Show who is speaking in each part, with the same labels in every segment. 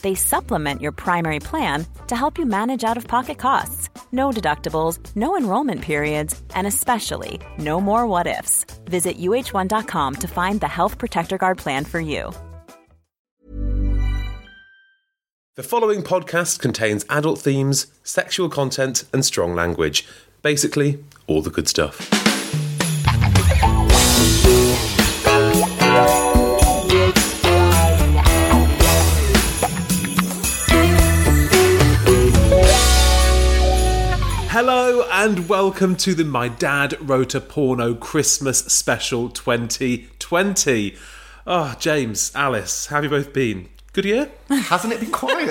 Speaker 1: They supplement your primary plan to help you manage out of pocket costs. No deductibles, no enrollment periods, and especially no more what ifs. Visit uh1.com to find the Health Protector Guard plan for you.
Speaker 2: The following podcast contains adult themes, sexual content, and strong language. Basically, all the good stuff. Hello and welcome to the My Dad Wrote a Porno Christmas Special 2020. Oh, James, Alice, how have you both been? Good year?
Speaker 3: Hasn't it been quiet?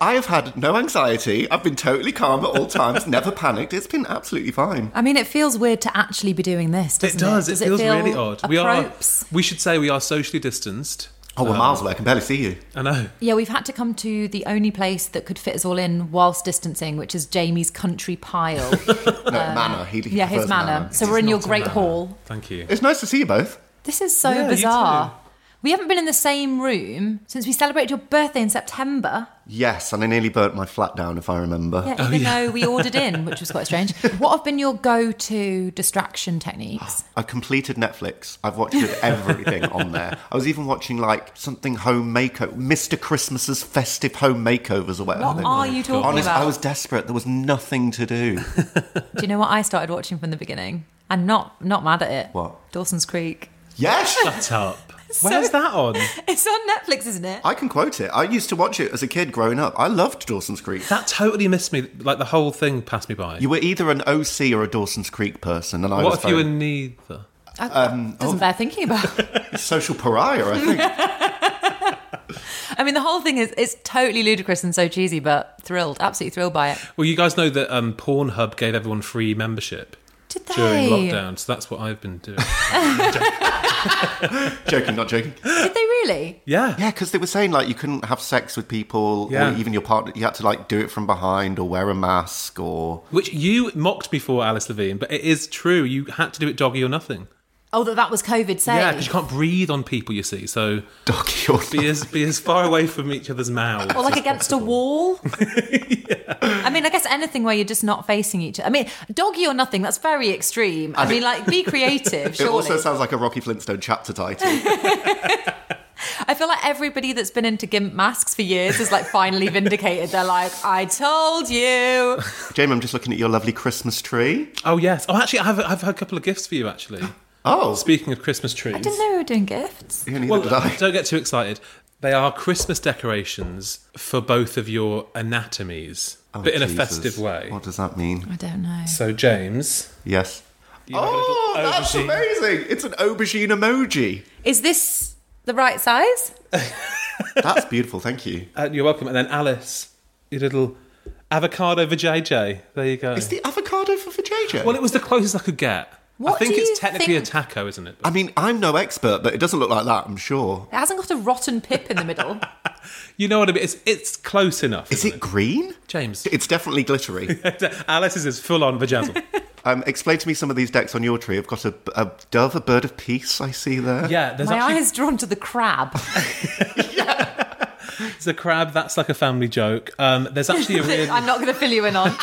Speaker 3: I have had no anxiety. I've been totally calm at all times, never panicked. It's been absolutely fine.
Speaker 4: I mean, it feels weird to actually be doing this.
Speaker 2: It
Speaker 4: Doesn't it
Speaker 2: does. It,
Speaker 4: Does
Speaker 2: feels
Speaker 4: feel
Speaker 2: really odd.
Speaker 4: a
Speaker 2: We are.
Speaker 4: props?
Speaker 2: We should say we are socially distanced.
Speaker 3: Oh, we're miles away. I can barely see you.
Speaker 2: I know.
Speaker 4: Yeah, we've had to come to the only place that could fit us all in whilst distancing, which is Jamie's country pile.
Speaker 3: No, manor. He, he
Speaker 4: yeah, his
Speaker 3: prefers
Speaker 4: manor. So we're in your great hall.
Speaker 2: Thank you.
Speaker 3: It's nice to see you both.
Speaker 4: This is so
Speaker 2: Yeah, you too.
Speaker 4: bizarre. We haven't been in the same room since we celebrated your birthday in September.
Speaker 3: Yes, and I nearly burnt my flat down, if I remember.
Speaker 2: Oh,
Speaker 4: Yeah, even though we ordered in, which was quite strange. What have been your go-to distraction techniques?
Speaker 3: I completed Netflix. I've watched it everything on there. I was even watching like something home makeover, Mr. Christmas's festive home makeovers or
Speaker 2: Oh,
Speaker 3: whatever.
Speaker 4: What
Speaker 3: they
Speaker 4: are
Speaker 3: were.
Speaker 4: you talking
Speaker 3: Honest,
Speaker 4: about?
Speaker 3: I was desperate. There was nothing to do.
Speaker 4: Do you know what I started watching from the beginning? And not not mad at it.
Speaker 3: What?
Speaker 4: Dawson's Creek.
Speaker 3: yes,
Speaker 2: Shut up. Where's that on?
Speaker 4: It's on Netflix, isn't it?
Speaker 3: I can quote it. I used to watch it as a kid growing up. I loved Dawson's Creek.
Speaker 2: That totally missed me. Like the whole thing passed me by.
Speaker 3: You were either an OC or a Dawson's Creek person, and I
Speaker 2: what
Speaker 3: was
Speaker 2: if you were
Speaker 3: very-
Speaker 2: neither?
Speaker 4: Doesn't bear thinking about.
Speaker 3: social pariah. I think.
Speaker 4: I mean, the whole thing is it's totally ludicrous and so cheesy, but thrilled, absolutely thrilled by it.
Speaker 2: Well, you guys know that um, Pornhub gave everyone free membership
Speaker 4: Did they?
Speaker 2: during lockdown, so that's what I've been doing.
Speaker 3: joking, not joking.
Speaker 4: Did they really?
Speaker 2: yeah.
Speaker 3: Yeah, because they were saying like you couldn't have sex with people
Speaker 2: Yeah.
Speaker 3: or even your partner. You had to like do it from behind or wear a mask or
Speaker 2: Which you mocked before, Alice Levine, but it is true. You had to do it doggy or nothing.
Speaker 4: Oh, that that was COVID safe.
Speaker 2: Yeah, because you can't breathe on people, you see. So
Speaker 3: doggy or
Speaker 2: be as be as far away from each other's mouths.
Speaker 4: or like
Speaker 2: as
Speaker 4: against a
Speaker 2: possible.
Speaker 4: wall. I mean, I guess anything where you're just not facing each. I mean, doggy or nothing. That's very extreme. I mean, like be creative.
Speaker 3: It
Speaker 4: Surely.
Speaker 3: also sounds like a Rocky Flintstone chapter title.
Speaker 4: I feel like everybody that's been into gimp masks for years is like finally vindicated. They're like, I told you.
Speaker 3: Jamie, I'm just looking at your lovely Christmas tree.
Speaker 2: Oh yes. Oh, actually, I have I've had a couple of gifts for you. Actually,
Speaker 3: Oh,
Speaker 2: speaking of Christmas trees,
Speaker 4: I didn't know we were doing gifts.
Speaker 3: yeah, neither
Speaker 2: Well,
Speaker 3: did I.
Speaker 2: don't get too excited. They are Christmas decorations for both of your anatomies,
Speaker 3: Oh,
Speaker 2: but in a
Speaker 3: Jesus.
Speaker 2: festive way.
Speaker 3: What does that mean?
Speaker 4: I don't know.
Speaker 2: So, James,
Speaker 3: Yes.
Speaker 2: you have a
Speaker 3: Oh,
Speaker 2: little
Speaker 3: that's
Speaker 2: aubergine.
Speaker 3: amazing! It's an aubergine emoji.
Speaker 4: Is this the right size?
Speaker 3: That's beautiful. Thank you.
Speaker 2: Uh, you're welcome. And then Alice, your little avocado for JJ. There you go.
Speaker 3: Is the avocado for, for JJ?
Speaker 2: well, it was the closest I could get. I
Speaker 4: What
Speaker 2: think
Speaker 4: do
Speaker 2: it's
Speaker 4: you
Speaker 2: technically
Speaker 4: think-
Speaker 2: a taco, isn't it?
Speaker 3: I mean, I'm no expert, but it doesn't look like that. I'm sure.
Speaker 4: It hasn't got a rotten pip in the middle.
Speaker 2: You know what I mean? It's it's close enough.
Speaker 3: Is
Speaker 2: isn't
Speaker 3: it green?
Speaker 2: James?
Speaker 3: It's definitely glittery.
Speaker 2: Alice is his full on vajazzle.
Speaker 3: Um, explain to me some of these decks on your tree. I've got a, a dove, a bird of peace. I see there.
Speaker 2: yeah, there's
Speaker 4: My
Speaker 2: actually
Speaker 4: eyes drawn to the crab.
Speaker 2: there's a crab. That's like a family joke. Um, there's actually a really
Speaker 4: I'm not going to fill you in on.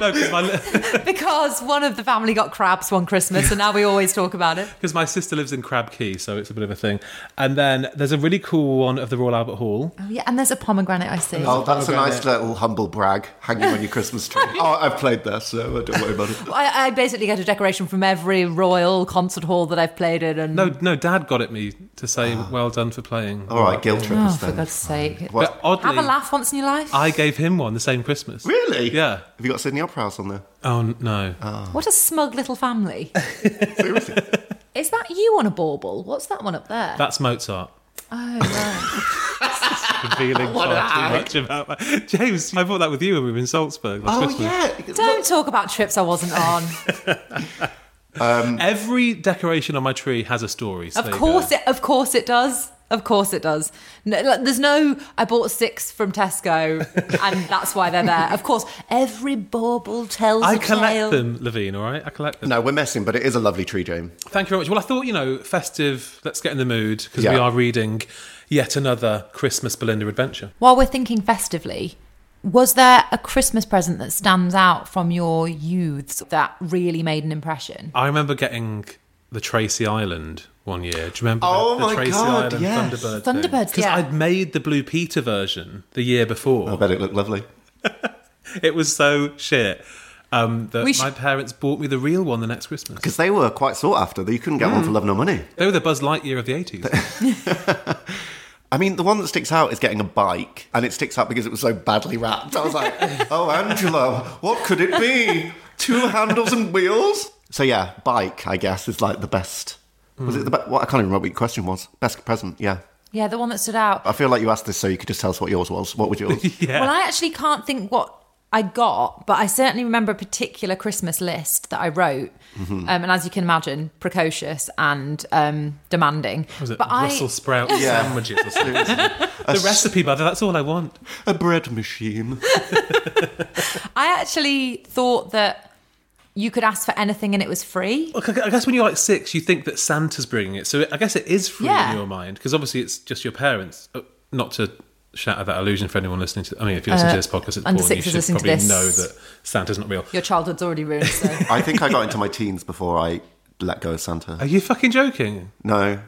Speaker 2: No, because my,
Speaker 4: because one of the family got crabs one Christmas, and now we always talk about it.
Speaker 2: because my sister lives in Crab Key, so it's a bit of a thing. And then there's a really cool one of the Royal Albert Hall.
Speaker 4: Oh, yeah, and there's a pomegranate I see.
Speaker 3: Oh, that's a
Speaker 2: I'll go
Speaker 3: nice little humble brag hanging on your Christmas tree. oh, I've played there, so I don't worry about it.
Speaker 4: I, I basically get a decoration from every royal concert hall that I've played in, and oh,
Speaker 2: No, no, Dad got at me to say, "Well done for playing."
Speaker 3: All right, guilt trip
Speaker 4: Ah. oh,
Speaker 3: us
Speaker 4: for
Speaker 3: then.
Speaker 4: God's sake,
Speaker 2: But
Speaker 3: What-
Speaker 2: oddly,
Speaker 4: have a laugh once in your life.
Speaker 2: I gave him one the same Christmas.
Speaker 3: Really?
Speaker 2: Yeah.
Speaker 3: Have you got Sydney Opera House on there?
Speaker 2: Oh n- no.
Speaker 4: What a smug little family.
Speaker 3: Seriously?
Speaker 4: Is that you on a bauble? What's that one up there?
Speaker 2: That's Mozart.
Speaker 4: oh, right. Ah,
Speaker 2: Revealing far too much about my- James. I bought that with you when we were in Salzburg last
Speaker 3: oh,
Speaker 2: Christmas.
Speaker 3: yeah.
Speaker 4: Don't talk about trips I wasn't on.
Speaker 2: Every decoration on my tree has a story. So
Speaker 4: Mm. Of
Speaker 2: there you
Speaker 4: course
Speaker 2: go.
Speaker 4: it. Of course it does. Of course it does. No, like, there's no. I bought six from Tesco, and that's why they're there. Of course, every bauble tells.
Speaker 2: I
Speaker 4: a tale.
Speaker 2: collect them, Levine. All right, I collect them.
Speaker 3: No, we're messing, but it is a lovely tree, James.
Speaker 2: Thank you very much. Well, I thought you know, festive. Let's get in the mood because we
Speaker 3: Yeah.
Speaker 2: are reading yet another Christmas Belinda adventure.
Speaker 4: While we're thinking festively, was there a Christmas present that stands out from your youths that really made an impression?
Speaker 2: I remember getting the Tracy Island one year. Do you remember the,
Speaker 3: Oh
Speaker 2: the
Speaker 3: my
Speaker 2: Tracy
Speaker 3: God,
Speaker 2: Island
Speaker 3: yes.
Speaker 2: Thunderbird?
Speaker 4: Thunderbirds,
Speaker 2: Because
Speaker 4: yeah.
Speaker 2: I'd made the Blue Peter version the year before.
Speaker 3: I bet it looked lovely.
Speaker 2: It was so shit um, that
Speaker 4: We sh-
Speaker 2: my parents bought me the real one the next Christmas.
Speaker 3: Because they were quite sought after. You couldn't
Speaker 2: Mm.
Speaker 3: get one for love nor money.
Speaker 2: They were the Buzz Lightyear of the 80s.
Speaker 3: I mean, the one that sticks out is getting a bike, and it sticks out because it was so badly wrapped. I was like, oh, Angela, what could it be? Two handles and wheels? So, yeah, bike, I guess, is like the best. Was it the best? Well, I can't even remember what your question was. Best present, yeah.
Speaker 4: Yeah, the one that stood out.
Speaker 3: I feel like you asked this so you could just tell us what yours was. What would yours?
Speaker 2: yeah.
Speaker 4: Well, I actually can't think what I got, but I certainly remember a particular Christmas list that I wrote.
Speaker 2: Mm-hmm.
Speaker 4: Um, and as you can imagine, precocious and um, demanding.
Speaker 2: was it
Speaker 4: but I-
Speaker 2: Brussels sprout
Speaker 3: Yeah.
Speaker 2: sandwiches or something? the recipe, brother, that's all I want.
Speaker 3: a bread machine.
Speaker 4: I actually thought that you could ask for anything and it was free.
Speaker 2: Look, I I guess when you're like six, you think that Santa's bringing it. So I guess it is free
Speaker 4: Yeah.
Speaker 2: in your mind because obviously it's just your parents. Uh, Not to shatter that illusion for anyone listening to. I mean, if you listen to this podcast, it's
Speaker 4: Uh, under
Speaker 2: porn, you
Speaker 4: sixes
Speaker 2: should
Speaker 4: listening to
Speaker 2: probably
Speaker 4: this.
Speaker 2: know that Santa's not real.
Speaker 4: Your childhood's already ruined. So.
Speaker 3: I think I got into my teens before I let go of Santa.
Speaker 2: Are you fucking joking?
Speaker 3: No.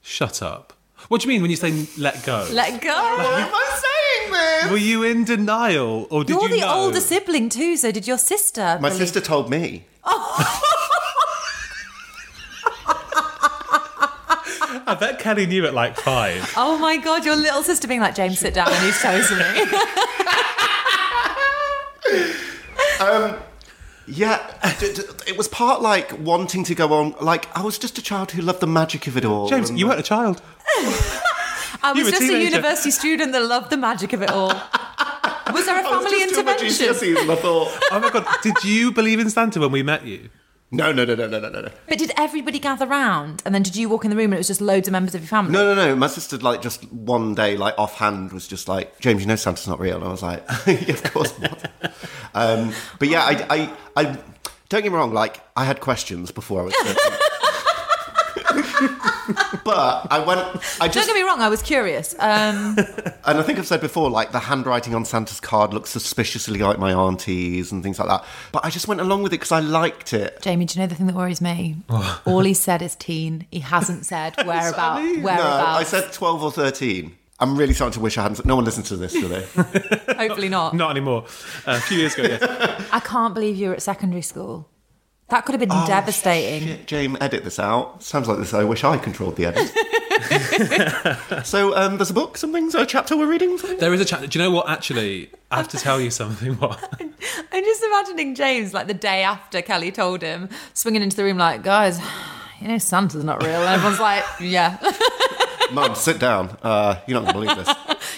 Speaker 2: Shut up. What do you mean when you say let go?
Speaker 4: Let go.
Speaker 3: I saying this?
Speaker 2: Were you in denial or did
Speaker 4: You're
Speaker 2: you
Speaker 4: the
Speaker 2: know?
Speaker 4: older sibling too, so did your sister.
Speaker 3: My
Speaker 4: believe-
Speaker 3: sister told me.
Speaker 2: I bet Kelly knew at like five.
Speaker 4: Oh my god, your little sister being like, James, sit down, I need to tell you something.
Speaker 3: Yeah, d- d- it was part like wanting to go on. Like I was just a child who loved the magic of it all.
Speaker 2: James,
Speaker 3: and-
Speaker 2: you weren't a child.
Speaker 4: I
Speaker 2: You
Speaker 4: was
Speaker 2: were a
Speaker 4: just a
Speaker 2: teenager.
Speaker 4: university student that loved the magic of it all. Was there a
Speaker 3: I was
Speaker 4: family
Speaker 3: just doing my
Speaker 4: intervention?
Speaker 3: GCSEs and I thought,
Speaker 2: Oh my god, did you believe in Santa when we met you?
Speaker 3: no, no, no, no, no, no, no, no,
Speaker 4: But did everybody gather round? And then did you walk in the room and it was just loads of members of your family?
Speaker 3: no, no, no. My sister, like, just one day, like, offhand, was just like, "James, you know Santa's not real." And I was like, yeah, "Of course not." Um, but yeah, I, I, I, don't get me wrong. Like, I had questions before I was. 13. but I went. I
Speaker 4: Don't
Speaker 3: just
Speaker 4: get me wrong, I was curious. Um,
Speaker 3: And I think I've said before, like the handwriting on Santa's card looks suspiciously like my auntie's and things like that. But I just went along with it because I liked it.
Speaker 4: Jamie, do you know the thing that worries me? All he said is teen. He hasn't said whereabout,
Speaker 3: No, I
Speaker 4: whereabouts.
Speaker 3: said 12 or 13. I'm really starting to wish I hadn't. said- No one listens to this, do they?
Speaker 4: Hopefully not.
Speaker 2: Not anymore. Uh, a few years ago, yes.
Speaker 4: I can't believe you were at secondary school. That could have been devastating.
Speaker 3: Shit, James, edit this out. Sounds like this. I wish I controlled the edit. so um, there's a book, something, so a chapter we're reading. Something?
Speaker 2: There is a chat. Do you know what? Actually, I have to tell you something. What?
Speaker 4: I'm just imagining James like the day after Kelly told him, swinging into the room like, guys, you know Santa's not real. And everyone's like, yeah,
Speaker 3: Mum, sit down. Uh, you're not going to believe this.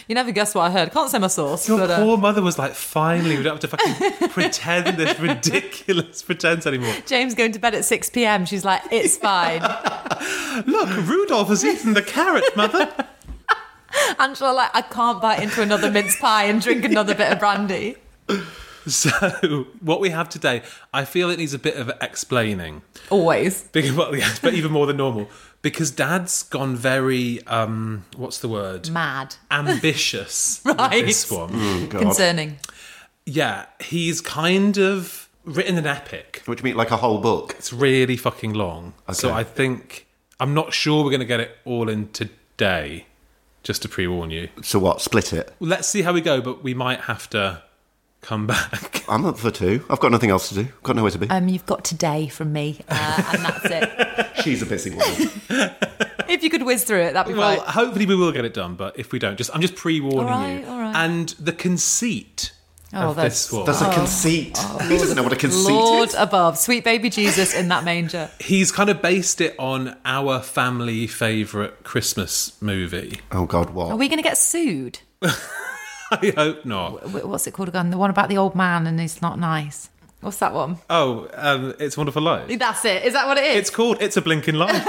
Speaker 4: you never guess what I heard. Can't say my source,
Speaker 2: Your
Speaker 4: but uh,
Speaker 2: poor mother was like, finally, we don't have to fucking pretend this ridiculous pretense anymore.
Speaker 4: James going to bed at 6 p.m. She's like, it's fine.
Speaker 2: Look, Rudolph has eaten the carrot, mother.
Speaker 4: Angela like, I can't bite into another mince pie and drink another bit of brandy.
Speaker 2: So, what we have today, I feel it needs a bit of explaining.
Speaker 4: Always.
Speaker 2: Because, well, yes, but even more than normal. Because dad's gone very, um, what's the word?
Speaker 4: Mad.
Speaker 2: Ambitious. with
Speaker 4: Right.
Speaker 2: this one.
Speaker 3: God.
Speaker 4: Concerning.
Speaker 2: Yeah, he's kind of written an epic.
Speaker 3: Which means like a whole book.
Speaker 2: It's really fucking long. So
Speaker 3: Okay.
Speaker 2: I think I'm not sure we're going to get it all in today. Just to pre-warn you.
Speaker 3: So what? Split it.
Speaker 2: Well, let's see how we go, but we might have to come back.
Speaker 3: I'm up for two. I've got nothing else to do. I've got nowhere to be.
Speaker 4: Um, you've got today from me, uh, and that's it.
Speaker 3: She's a busy woman.
Speaker 4: if you could whiz through it, that'd be
Speaker 2: Well,
Speaker 4: fine.
Speaker 2: hopefully we will get it done, but if we don't, just I'm just pre-warning
Speaker 4: All right,
Speaker 2: you.
Speaker 4: all right.
Speaker 2: And the conceit
Speaker 4: Oh,
Speaker 2: of this
Speaker 4: that's-
Speaker 2: one.
Speaker 3: That's a conceit. he doesn't know what a conceit
Speaker 4: Lord
Speaker 3: is.
Speaker 4: above, sweet baby Jesus in that manger.
Speaker 2: He's kind of based it on our family favourite Christmas movie.
Speaker 3: Oh God, what?
Speaker 4: Are we going to get sued?
Speaker 2: I hope not.
Speaker 4: Wh- What's it called again? The one about the old man and he's not nice. What's that one?
Speaker 2: Oh, um, it's Wonderful Life.
Speaker 4: That's it. Is that what it is?
Speaker 2: It's called It's a Blinking Life.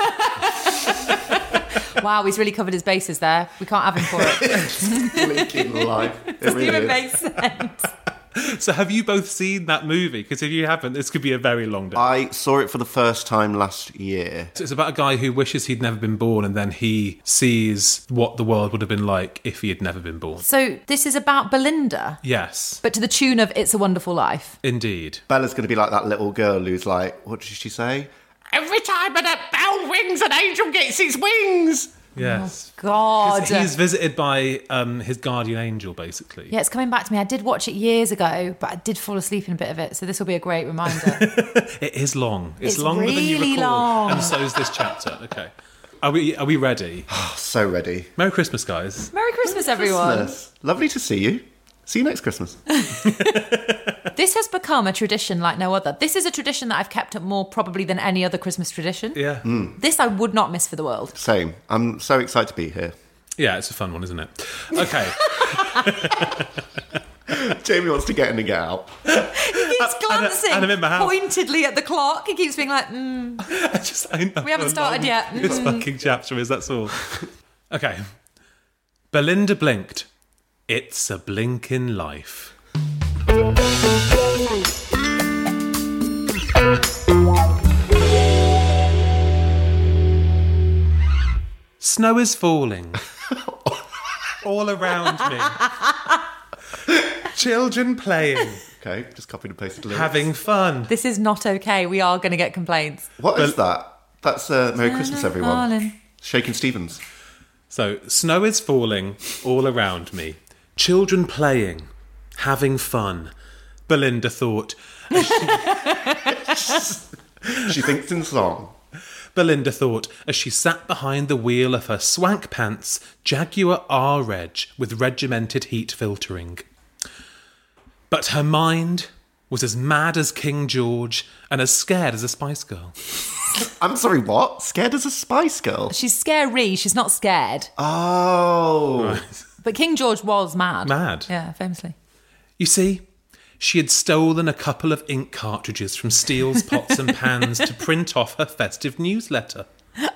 Speaker 4: Wow, he's really covered his bases there. We can't have him for it.
Speaker 3: Blinking life. It
Speaker 4: Doesn't
Speaker 3: really
Speaker 4: even
Speaker 3: is.
Speaker 4: make sense.
Speaker 2: so have you both seen that movie? Because if you haven't, this could be a very long day.
Speaker 3: I saw it for the first time last year.
Speaker 2: So it's about a guy who wishes he'd never been born and then he sees what the world would have been like if he had never been born.
Speaker 4: So this is about Belinda,
Speaker 2: Yes,
Speaker 4: but to the tune of "It's a Wonderful Life."
Speaker 2: indeed.
Speaker 4: Oh,
Speaker 3: Bella's going to be like that little girl who's like, what did she say?
Speaker 5: Every time an bell rings, an angel gets its wings.
Speaker 2: Yes.
Speaker 4: God,
Speaker 2: He's visited by um, his guardian angel, basically.
Speaker 4: yeah, it's coming back to me. I did watch it years ago, but I did fall asleep in a bit of it. So this will be a great reminder.
Speaker 2: It is long. It's,
Speaker 4: It's
Speaker 2: longer than you
Speaker 4: really
Speaker 2: recall.
Speaker 4: long.
Speaker 2: And so is this chapter. Okay. Are we are we ready?
Speaker 3: So ready.
Speaker 2: Merry Christmas, guys.
Speaker 4: Merry Christmas, everyone.
Speaker 3: Yes. Lovely to see you. See you next Christmas.
Speaker 4: This has become a tradition like no other. This is a tradition that I've kept up more probably than any other Christmas tradition.
Speaker 2: Yeah.
Speaker 4: This I would not miss for the world.
Speaker 3: Same. I'm so excited to be here.
Speaker 2: Yeah, it's a fun one, isn't it? Okay.
Speaker 3: Jamie wants to get in and get out.
Speaker 4: He's glancing
Speaker 2: and I'm in my house.
Speaker 4: pointedly at the clock. He keeps being like, mm,
Speaker 2: I just I know
Speaker 4: We haven't
Speaker 2: how
Speaker 4: started
Speaker 2: long
Speaker 4: yet.
Speaker 2: This fucking chapter is that's all. Okay. Belinda blinked. It's a blinking life. Snow is falling all around me. Children playing,
Speaker 3: Okay, just copied and pasted the lyrics.
Speaker 2: having fun.
Speaker 4: "This is not okay. We are going to get complaints."
Speaker 3: What is that? That's uh, Merry Christmas, everyone.
Speaker 4: Darling.
Speaker 3: Shaking Stevens.
Speaker 2: So, snow is falling all around me. Children playing, having fun. Belinda thought.
Speaker 3: She thinks in song.
Speaker 2: Belinda thought as she sat behind the wheel of her swank pants Jaguar R Reg with regimented heat filtering. But her mind was as mad as King George and as scared as a Spice Girl.
Speaker 3: I'm sorry, what? Scared as a Spice Girl?
Speaker 4: She's scary. She's not scared.
Speaker 3: Oh.
Speaker 4: But King George was mad.
Speaker 2: Mad.
Speaker 4: Yeah, famously.
Speaker 2: You see, she had stolen a couple of ink cartridges from Steele's pots and pans to print off her festive newsletter.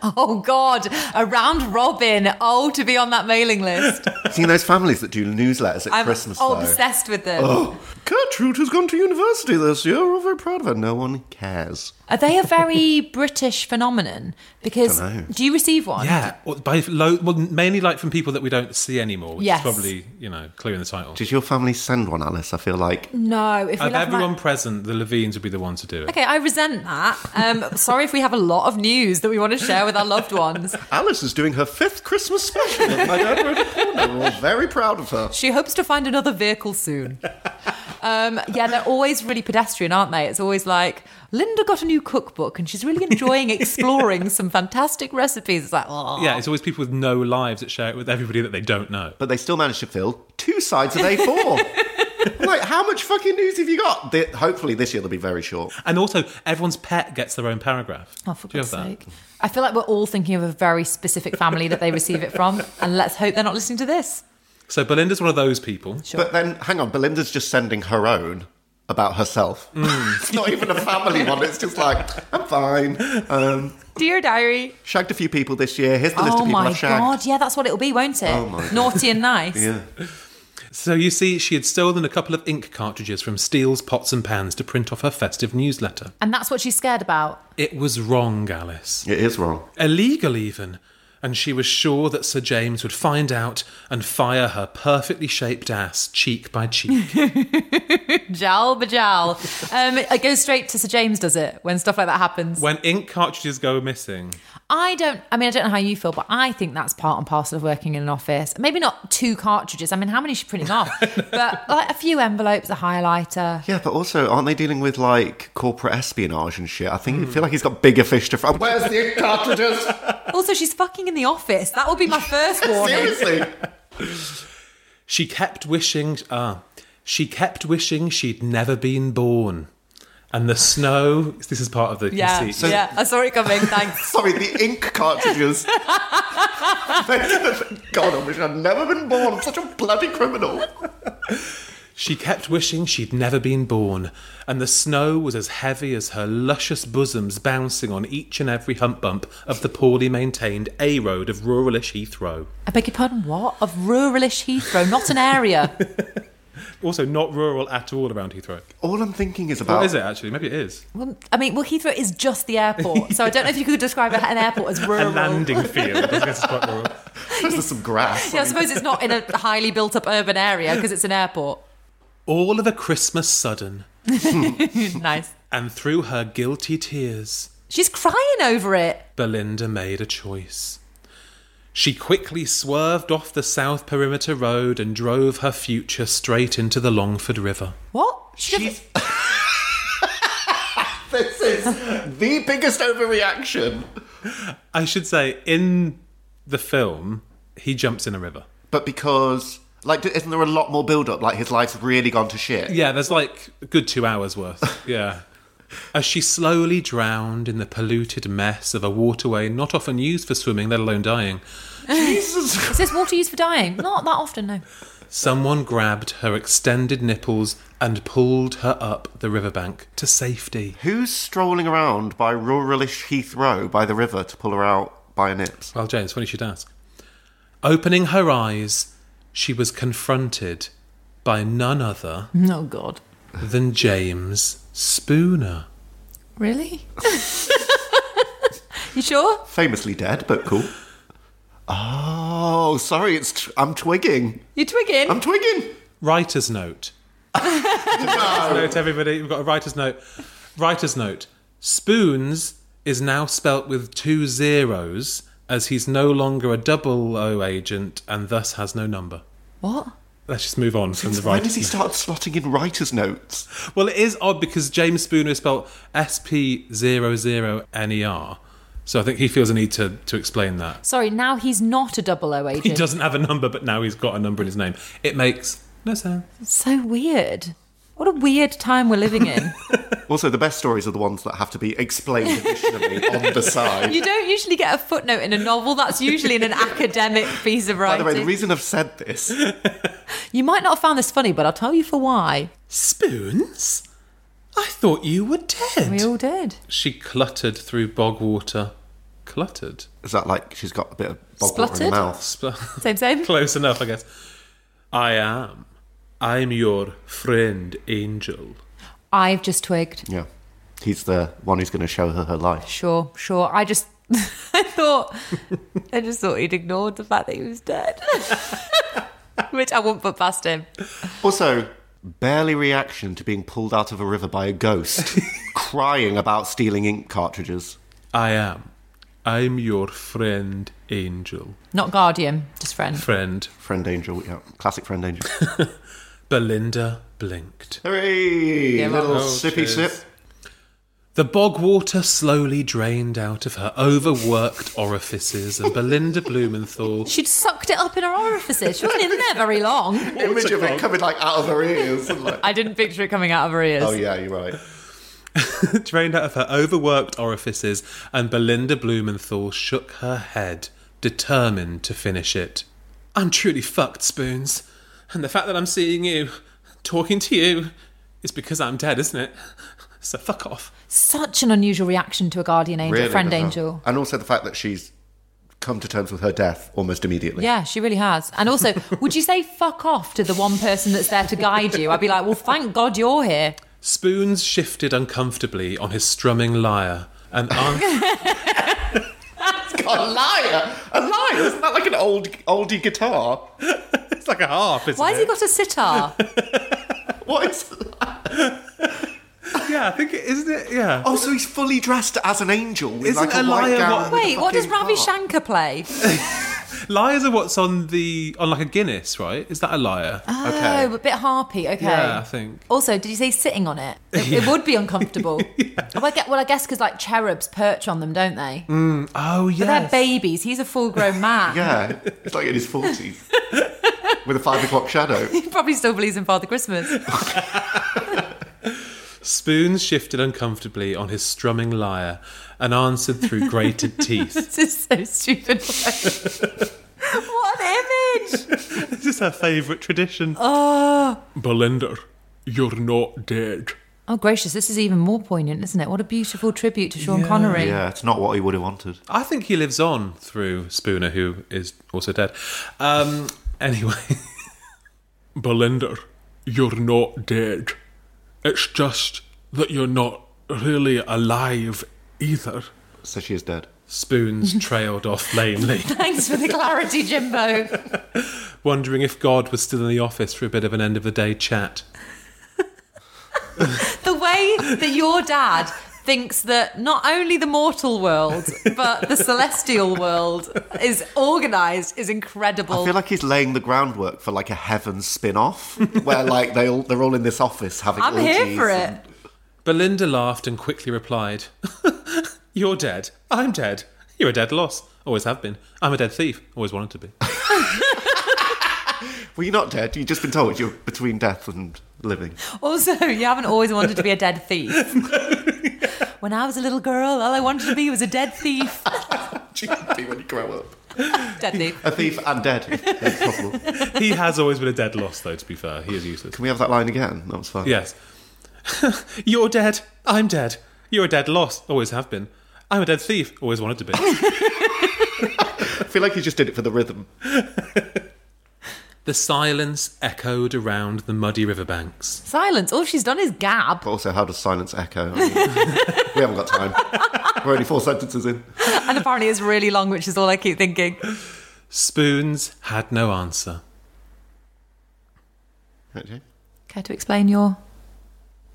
Speaker 4: Oh God, a round robin. Oh, to be on that mailing list.
Speaker 3: Seen those families that do newsletters at
Speaker 4: I'm
Speaker 3: Christmas,
Speaker 4: oh,
Speaker 3: though? Oh,
Speaker 4: obsessed with them.
Speaker 3: Gertrude has gone to university this year. We're very proud of her. No one cares.
Speaker 4: Are they a very British phenomenon? Because
Speaker 3: Dunno.
Speaker 4: do you receive one?
Speaker 2: Yeah, or by low, well, mainly like from people that we don't see anymore, which
Speaker 4: Yes.
Speaker 2: is probably you know clear in the title.
Speaker 3: Did your family send one, Alice? I feel like
Speaker 4: No. If we
Speaker 2: Of
Speaker 4: love
Speaker 2: everyone
Speaker 4: my-
Speaker 2: present, the Levines would be the ones to do it.
Speaker 4: Okay, I resent that. Um, sorry if we have a lot of news that we want to share with our loved ones.
Speaker 3: Alice is doing her fifth Christmas special. at My dad wrote a porno. We're all very proud of her.
Speaker 4: She hopes to find another vehicle soon. Um, yeah, they're always really pedestrian, aren't they? It's always like Linda got a new cookbook and she's really enjoying exploring some fantastic recipes. It's like, oh,
Speaker 2: Yeah, it's always people with no lives that share it with everybody that they don't know.
Speaker 3: But they still managed to fill two sides of A4. I'm like, how much fucking news have you got? They, hopefully this year they'll be very short.
Speaker 2: And also, everyone's pet gets their own paragraph.
Speaker 4: oh for
Speaker 2: Do you
Speaker 4: God's
Speaker 2: have that?
Speaker 4: sake. I feel like we're all thinking of a very specific family that they receive it from, and let's hope they're not listening to this.
Speaker 2: So Belinda's one of those people.
Speaker 3: But then, hang on, Belinda's just sending her own about herself. it's not even a family one. It's just like, I'm fine. Um,
Speaker 4: Dear diary.
Speaker 3: shagged a few people this year. Here's the list
Speaker 4: Oh
Speaker 3: of people
Speaker 4: my
Speaker 3: I've shagged.
Speaker 4: God. Yeah, that's what it'll be, won't it? Naughty and nice.
Speaker 3: Yeah.
Speaker 2: So you see, she had stolen a couple of ink cartridges from Steele's pots and pans to print off her festive newsletter.
Speaker 4: And that's what she's scared about.
Speaker 2: It was wrong, Alice.
Speaker 3: It is wrong.
Speaker 2: Illegal, even. and she was sure that Sir James would find out and fire her perfectly shaped ass cheek by cheek.
Speaker 4: Jowl bajal. Um, it goes straight to Sir James, does it, when stuff like that happens?
Speaker 2: when ink cartridges go missing,
Speaker 4: I don't, I mean, I don't know how you feel, but I think that's part and parcel of working in an office. Maybe not two cartridges. I mean, how many is she printing off? but like a few envelopes, a highlighter.
Speaker 3: Yeah, but also, aren't they dealing with like corporate espionage and shit? I think I feel like he's got bigger fish to fry. Where's the cartridges?
Speaker 4: Also, she's fucking in the office. That would be my first warning.
Speaker 3: Seriously.
Speaker 2: she kept wishing. Ah, she kept wishing she'd never been born. And the snow. This is part of the
Speaker 4: Yeah,
Speaker 2: conceit.
Speaker 4: yeah. I saw it coming. Thanks.
Speaker 3: Sorry, the ink cartridges. God, I wish I'd never been born. I'm such a bloody criminal.
Speaker 2: She kept wishing she'd never been born, and the snow was as heavy as her luscious bosoms bouncing on each and every hump bump of the poorly maintained A road of ruralish Heathrow.
Speaker 4: I beg your pardon. What of ruralish Heathrow? Not an area.
Speaker 2: Also, not rural at all around Heathrow.
Speaker 3: All I'm thinking is about
Speaker 2: What is it actually? Maybe it is.
Speaker 4: Well, I mean, well, Heathrow is just the airport, so I don't know if you could describe an airport as
Speaker 2: A
Speaker 4: rural.
Speaker 2: landing field. I guess it's quite rural.
Speaker 3: There's some grass.
Speaker 4: Yeah, I suppose it's not in a highly built-up urban area because it's an airport.
Speaker 2: All of a Christmas sudden,
Speaker 4: nice.
Speaker 2: and through her guilty tears,
Speaker 4: She's crying over it.
Speaker 2: Belinda made a choice. She quickly swerved off the South Perimeter Road and drove her future straight into the Longford River.
Speaker 4: What? She doesn't-
Speaker 3: She's. this is the biggest overreaction.
Speaker 2: I should say, in the film, he jumps in a river.
Speaker 3: But because, like, isn't there a lot more build up? Like, his life's really gone to shit.
Speaker 2: Yeah, there's like a good two hours worth. Yeah. As she slowly drowned in the polluted mess of a waterway not often used for swimming, let alone dying,
Speaker 4: Is this water used for dying? Not that often, no.
Speaker 2: someone grabbed her extended nipples and pulled her up the riverbank to safety.
Speaker 3: Who's strolling around by ruralish Heathrow by the river to pull her out by her nips?
Speaker 2: Well, James, funny you should ask. Opening her eyes, she was confronted by none other
Speaker 4: No, God.
Speaker 2: than James Spooner.
Speaker 4: Really? you sure?
Speaker 3: Famously dead, but cool. Oh, sorry, it's tw- I'm twigging.
Speaker 4: You're twigging?
Speaker 3: I'm twigging.
Speaker 2: Writer's note. note, everybody. We've got a writer's note. Writer's note. Spoons is now spelt with two zeros as he's no longer a double O agent and thus has no number.
Speaker 4: what?
Speaker 2: Let's just move on from the
Speaker 3: Why does
Speaker 2: writer's
Speaker 3: he
Speaker 2: note.
Speaker 3: start slotting in writer's notes?
Speaker 2: Well, it is odd because James Spooner is spelled S P 00 N E R. So I think he feels a need to, to explain that.
Speaker 4: Sorry, now he's not a double O agent.
Speaker 2: He doesn't have a number, but now he's got a number in his name. It makes no sense.
Speaker 4: So weird. What a weird time we're living in.
Speaker 3: Also, the best stories are the ones that have to be explained additionally on the side.
Speaker 4: you don't usually get a footnote in a novel. That's usually in an academic piece of
Speaker 3: By
Speaker 4: writing.
Speaker 3: the way, the reason I've said this,
Speaker 4: you might not have found this funny, but I'll tell you for why.
Speaker 2: Spoons? I thought you were dead.
Speaker 4: We all did.
Speaker 2: She cluttered through bog water. Cluttered?
Speaker 3: is that like she's got a bit of bog water in
Speaker 4: Spluttered?
Speaker 3: her mouth.
Speaker 2: Sp-
Speaker 4: Same, same.
Speaker 2: Close enough, I guess. I am. I'm your friend, Angel.
Speaker 4: I've just twigged.
Speaker 3: Yeah. He's the one who's going to show her her life.
Speaker 4: Sure, sure. I just, I thought, I just thought he'd ignored the fact that he was dead, which I wouldn't put past him.
Speaker 3: Also, barely reaction to being pulled out of a river by a ghost, crying about stealing ink cartridges.
Speaker 2: I am. I'm your friend, Angel.
Speaker 4: Not guardian, just friend.
Speaker 2: Friend.
Speaker 3: Friend Angel, yeah. Classic Friend Angel.
Speaker 2: Belinda blinked.
Speaker 3: Hooray!
Speaker 4: Yeah,
Speaker 3: Little
Speaker 4: well-
Speaker 3: sippy
Speaker 2: cheers.
Speaker 3: sip.
Speaker 2: The bog water slowly drained out of her overworked orifices, and Belinda Blumenthal
Speaker 4: She'd sucked it up in her orifices. She wasn't in there very long.
Speaker 3: Image of it coming like out of her ears. And like,
Speaker 4: I didn't picture it coming out of her ears.
Speaker 3: oh, yeah, you're right.
Speaker 2: drained out of her overworked orifices, and Belinda Blumenthal shook her head, determined to finish it. I'm truly fucked, Spoons. And the fact that I'm seeing you, talking to you, is because I'm dead, isn't it? So fuck off.
Speaker 4: Such an unusual reaction to a guardian angel,
Speaker 3: Really
Speaker 4: friend
Speaker 3: bizarre.
Speaker 4: angel.
Speaker 3: And also the fact that she's come to terms with her death almost immediately.
Speaker 4: Yeah, she really has. And also, would you say fuck off to the one person that's there to guide you? I'd be like, well, thank God you're here.
Speaker 2: Spoons shifted uncomfortably on his strumming lyre, and, an-
Speaker 3: a lyre. A lyre. Isn't that like an old oldie guitar?
Speaker 2: It's like a harp, isn't
Speaker 4: Why has he
Speaker 2: it?
Speaker 4: got a sitar?
Speaker 3: What is?
Speaker 2: Yeah, I think it isn't it. Yeah.
Speaker 3: Oh, so he's fully dressed as an angel with
Speaker 2: Isn't
Speaker 3: like a,
Speaker 2: a
Speaker 3: white
Speaker 2: lyre
Speaker 3: gown.
Speaker 2: what-
Speaker 3: and a
Speaker 4: Wait, what does
Speaker 3: fucking
Speaker 4: Ravi
Speaker 3: harp.
Speaker 4: Shankar play?
Speaker 2: Liars are what's on the on like a Guinness, right? Is that a liar?
Speaker 3: Okay.
Speaker 4: Oh, a bit harpy. Okay.
Speaker 2: Yeah, I think.
Speaker 4: Also, did you say sitting on it? It, it would be uncomfortable. Oh, I get, well, I guess because like cherubs perch on them, don't they?
Speaker 2: Oh
Speaker 4: But
Speaker 2: yeah.
Speaker 4: they're babies. He's a full-grown man.
Speaker 3: Yeah, it's like in his forties with a five o'clock shadow.
Speaker 4: He probably still believes in Father Christmas.
Speaker 2: Spoons shifted uncomfortably on his strumming lyre and answered through grated teeth.
Speaker 4: this is so stupid. what an image!
Speaker 2: this is her favourite tradition.
Speaker 4: Oh.
Speaker 2: Belinda, you're not dead.
Speaker 4: oh, gracious! This is even more poignant, isn't it? What a beautiful tribute to Sean
Speaker 2: Yeah.
Speaker 4: Connery.
Speaker 3: Yeah, it's not what he would have wanted.
Speaker 2: I think he lives on through Spooner, who is also dead. Um, anyway. Belinda, you're not dead. It's just that you're not really alive either.
Speaker 3: So she is dead.
Speaker 2: Spoons trailed off lamely,
Speaker 4: Thanks for the clarity, Jimbo.
Speaker 2: wondering if God was still in the office for a bit of an end of the day chat.
Speaker 4: the way that your dad thinks that not only the mortal world but the celestial world is organized is incredible.
Speaker 3: I feel like he's laying the groundwork for like a heaven spin-off where like they all they're all in this office having.
Speaker 4: I'm here
Speaker 3: orgies
Speaker 4: for
Speaker 3: and-
Speaker 4: it.
Speaker 2: Belinda laughed and quickly replied, You're dead. I'm dead. You're a dead loss. Always have been. I'm a dead thief. Always wanted to be.
Speaker 3: Well, you're not dead. You've just been told you're between death and living.
Speaker 4: Also, you haven't always wanted to be a dead thief. When I was a little girl, all I wanted to be was a dead thief.
Speaker 3: Do you be when you grow up?
Speaker 4: Dead thief.
Speaker 3: A thief and dead. That's possible. Can
Speaker 2: he has always been a dead loss, though, to be fair. He is useless.
Speaker 3: we have that line again? That was fun.
Speaker 2: Yes. You're dead. I'm dead. You're a dead loss. Always have been. I'm a dead thief. Always wanted to be.
Speaker 3: I feel like he just did it for the rhythm.
Speaker 2: the silence echoed around the muddy riverbanks.
Speaker 4: Silence. All she's done is gab.
Speaker 3: But also, how does silence echo? I mean, we haven't got time. We're only four sentences in.
Speaker 4: And apparently it's really long, which is all I keep thinking.
Speaker 2: Spoons had no answer.
Speaker 3: Okay.
Speaker 4: Care to explain your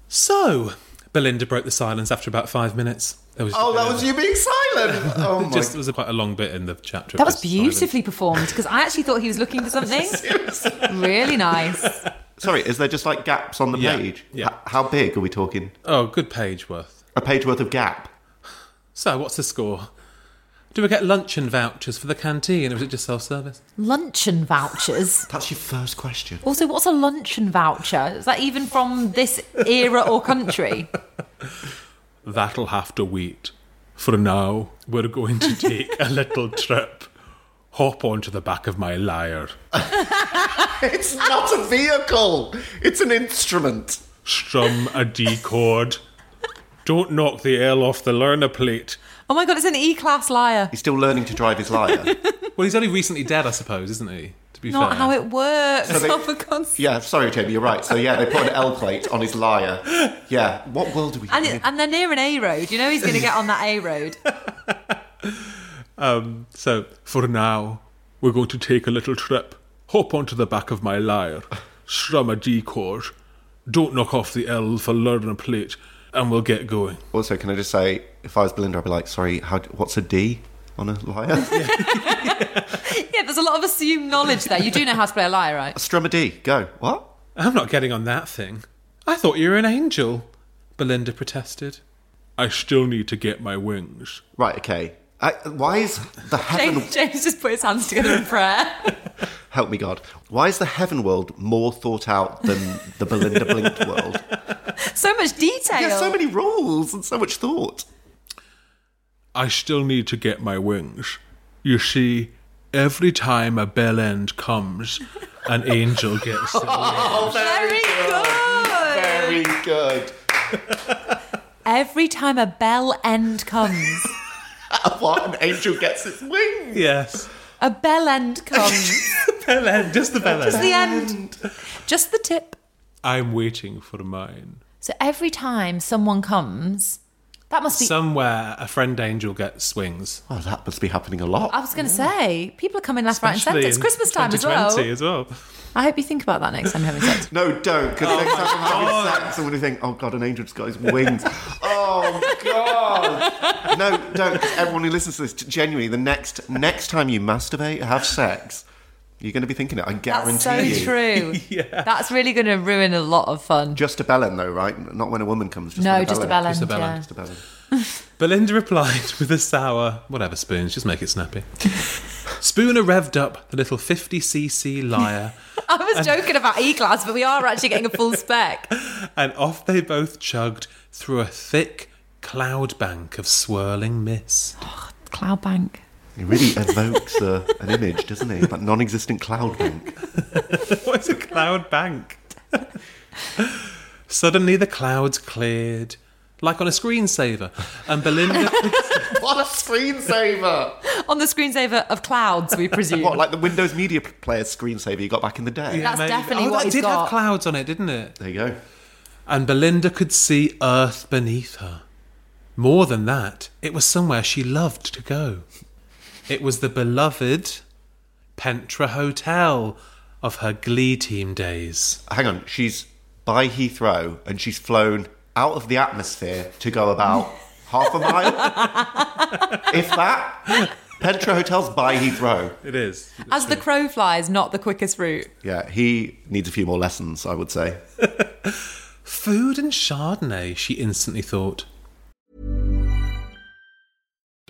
Speaker 2: So, Belinda broke the silence after about five minutes. There was just
Speaker 3: Oh,
Speaker 2: a bit
Speaker 3: that
Speaker 2: of-
Speaker 3: was you being silent. Oh my.
Speaker 2: Just, it was a quite a long bit in the chapter.
Speaker 4: That
Speaker 2: of
Speaker 4: was
Speaker 2: just silence.
Speaker 4: beautifully performed because I actually thought he was looking for something. really nice.
Speaker 3: Sorry, is there just like gaps on the
Speaker 2: Yeah,
Speaker 3: page?
Speaker 2: yeah.
Speaker 3: H- how big are we talking?
Speaker 2: Oh, good page worth.
Speaker 3: A page worth of gap.
Speaker 2: So, what's the score? Do we get luncheon vouchers for the canteen, or is it just self-service?
Speaker 4: Luncheon vouchers.
Speaker 3: That's your first question.
Speaker 4: Also, what's a luncheon voucher? Is that even from this era or country?
Speaker 2: That'll have to wait. For now, we're going to take a little trip. Hop onto the back of my lyre.
Speaker 3: It's not a vehicle. It's an instrument.
Speaker 2: Strum a D chord. Don't knock the L off the learner plate.
Speaker 4: Oh my god, it's an E class liar.
Speaker 3: He's still learning to drive his lyre.
Speaker 2: Well, he's only recently dead, I suppose, isn't he? To be
Speaker 4: Not
Speaker 2: fair.
Speaker 4: how it works.
Speaker 3: So they-
Speaker 4: oh, for God's sake.
Speaker 3: yeah, sorry, Jamie, you're right. So yeah, they put an L plate on his lyre. Yeah. What world are we
Speaker 4: And,
Speaker 3: in?
Speaker 4: it, and they're near an A road. You know he's going to get on that A road.
Speaker 2: So, for now, we're going to take a little trip. Hop onto the back of my lyre, strum a D chord, don't knock off the L for learner plate, and we'll get going.
Speaker 3: Also, can I just say, if I was Belinda, I'd be like, sorry, how, d- what's a D on a lyre?
Speaker 4: yeah, there's a lot of assumed knowledge there. You do know how to play a liar, right?
Speaker 3: Strum a D. Go. What?
Speaker 2: I'm not getting on that thing. I thought you were an angel, Belinda protested. I still need to get my wings.
Speaker 3: Right. Okay. I, why is the heaven?
Speaker 4: James, James just put his hands together in prayer.
Speaker 3: Help me, God. Why is the heaven world more thought out than the Belinda Blinked world?
Speaker 4: So much detail.
Speaker 3: There's so many rules and so much thought.
Speaker 2: I still need to get my wings. You see, every time a bell end comes, an angel gets.
Speaker 4: Very good.
Speaker 3: Very good.
Speaker 4: Every time a bell end comes,
Speaker 3: What an angel gets its wings.
Speaker 2: yes.
Speaker 4: a bell end comes.
Speaker 2: Bell end, just the bell
Speaker 4: Just the end. Just the tip.
Speaker 2: I'm waiting for mine.
Speaker 4: So every time someone comes, That must be.
Speaker 2: Somewhere a friend angel gets wings.
Speaker 3: Oh, that must be happening a
Speaker 4: I
Speaker 3: lot.
Speaker 4: was going to say, people are coming left, right, and centre.
Speaker 2: Especially
Speaker 4: It's
Speaker 2: in
Speaker 4: Christmas time as well.
Speaker 2: 2020 as well.
Speaker 4: I hope you think about that next time you're having sex.
Speaker 3: No, don't, because next time I'm having sex, I'm going to think, oh God, an angel's got his wings. oh God. No, don't. 'cause Everyone who listens to this, genuinely, the next next time you masturbate, have sex, you're going to be thinking it. I guarantee
Speaker 4: That's so
Speaker 3: you.
Speaker 4: true. That's really going to ruin a lot of fun.
Speaker 3: Just a bellend, though, right? Not when a woman comes. Just
Speaker 4: no,
Speaker 3: when
Speaker 4: just a
Speaker 3: bellend.
Speaker 4: bellend.
Speaker 2: a bellend.
Speaker 4: yeah.
Speaker 3: Just a bellend.
Speaker 2: Belinda replied with a sour, whatever spoons, just make it snappy. Spooner revved up the little 50cc lyre,
Speaker 4: I was joking about E class, but we are actually getting a full spec.
Speaker 2: and off they both chugged through a thick cloud bank of swirling mist.
Speaker 4: Cloud bank.
Speaker 3: It really evokes uh, an image, doesn't it? That non-existent cloud bank.
Speaker 2: What's a cloud bank? Suddenly the clouds cleared, like on a screensaver, and Belinda could
Speaker 3: What a screensaver!
Speaker 4: On the screensaver of clouds, we presume.
Speaker 3: What, like the Windows Media Player screensaver you got back in the day?
Speaker 4: That's
Speaker 2: Maybe-
Speaker 4: definitely
Speaker 2: oh,
Speaker 4: what
Speaker 2: that
Speaker 4: he's
Speaker 2: did
Speaker 4: got.
Speaker 2: have clouds on it, didn't it?
Speaker 3: There you go.
Speaker 2: And Belinda could see Earth beneath her. More than that, it was somewhere she loved to go. It was the beloved Pentra Hotel of her Glee team days.
Speaker 3: Hang on, she's by Heathrow and she's flown out of the atmosphere to go about half a mile, if that. Petra Hotel's by Heathrow.
Speaker 2: It is.
Speaker 4: As the crow flies, not the quickest route.
Speaker 3: Yeah, he needs a few more lessons, I would say.
Speaker 2: Food and Chardonnay, she instantly thought.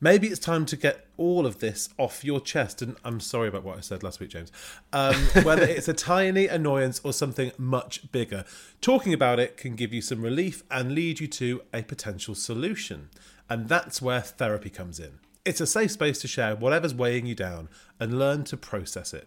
Speaker 2: Maybe it's time to get all of this off your chest. And I'm sorry about what I said last week, James. Um, whether it's a tiny annoyance or something much bigger, talking about it can give you some relief and lead you to a potential solution. And that's where therapy comes in. It's a safe space to share whatever's weighing you down and learn to process it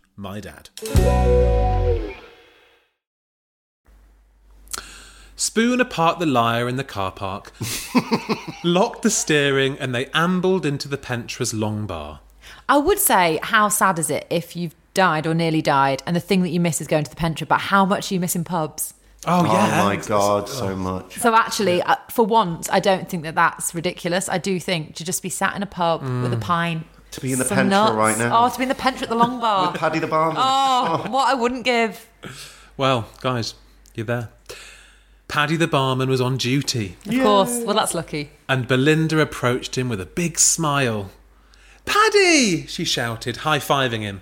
Speaker 2: mydad. Spoon apart the lyre in the car park, locked the steering, and they ambled into the Pentra's long bar.
Speaker 4: I would say, how sad is it if you've died or nearly died and the thing that you miss is going to the pension, but how much are you missing pubs?
Speaker 2: Oh,
Speaker 3: Oh my god, so much.
Speaker 4: So actually, uh, for once, I don't think that that's ridiculous. I do think to just be sat in a pub with a pint.
Speaker 3: Mm. To be in the
Speaker 4: some
Speaker 3: Pentra
Speaker 4: nuts.
Speaker 3: right now.
Speaker 4: Oh, to be in the pentra at the long bar.
Speaker 3: With Paddy the barman.
Speaker 4: oh, what I wouldn't give.
Speaker 2: Well, guys, you're there. Paddy the barman was on duty.
Speaker 4: Of course. Well, that's lucky.
Speaker 2: And Belinda approached him with a big smile. Paddy! she shouted, high fiving him.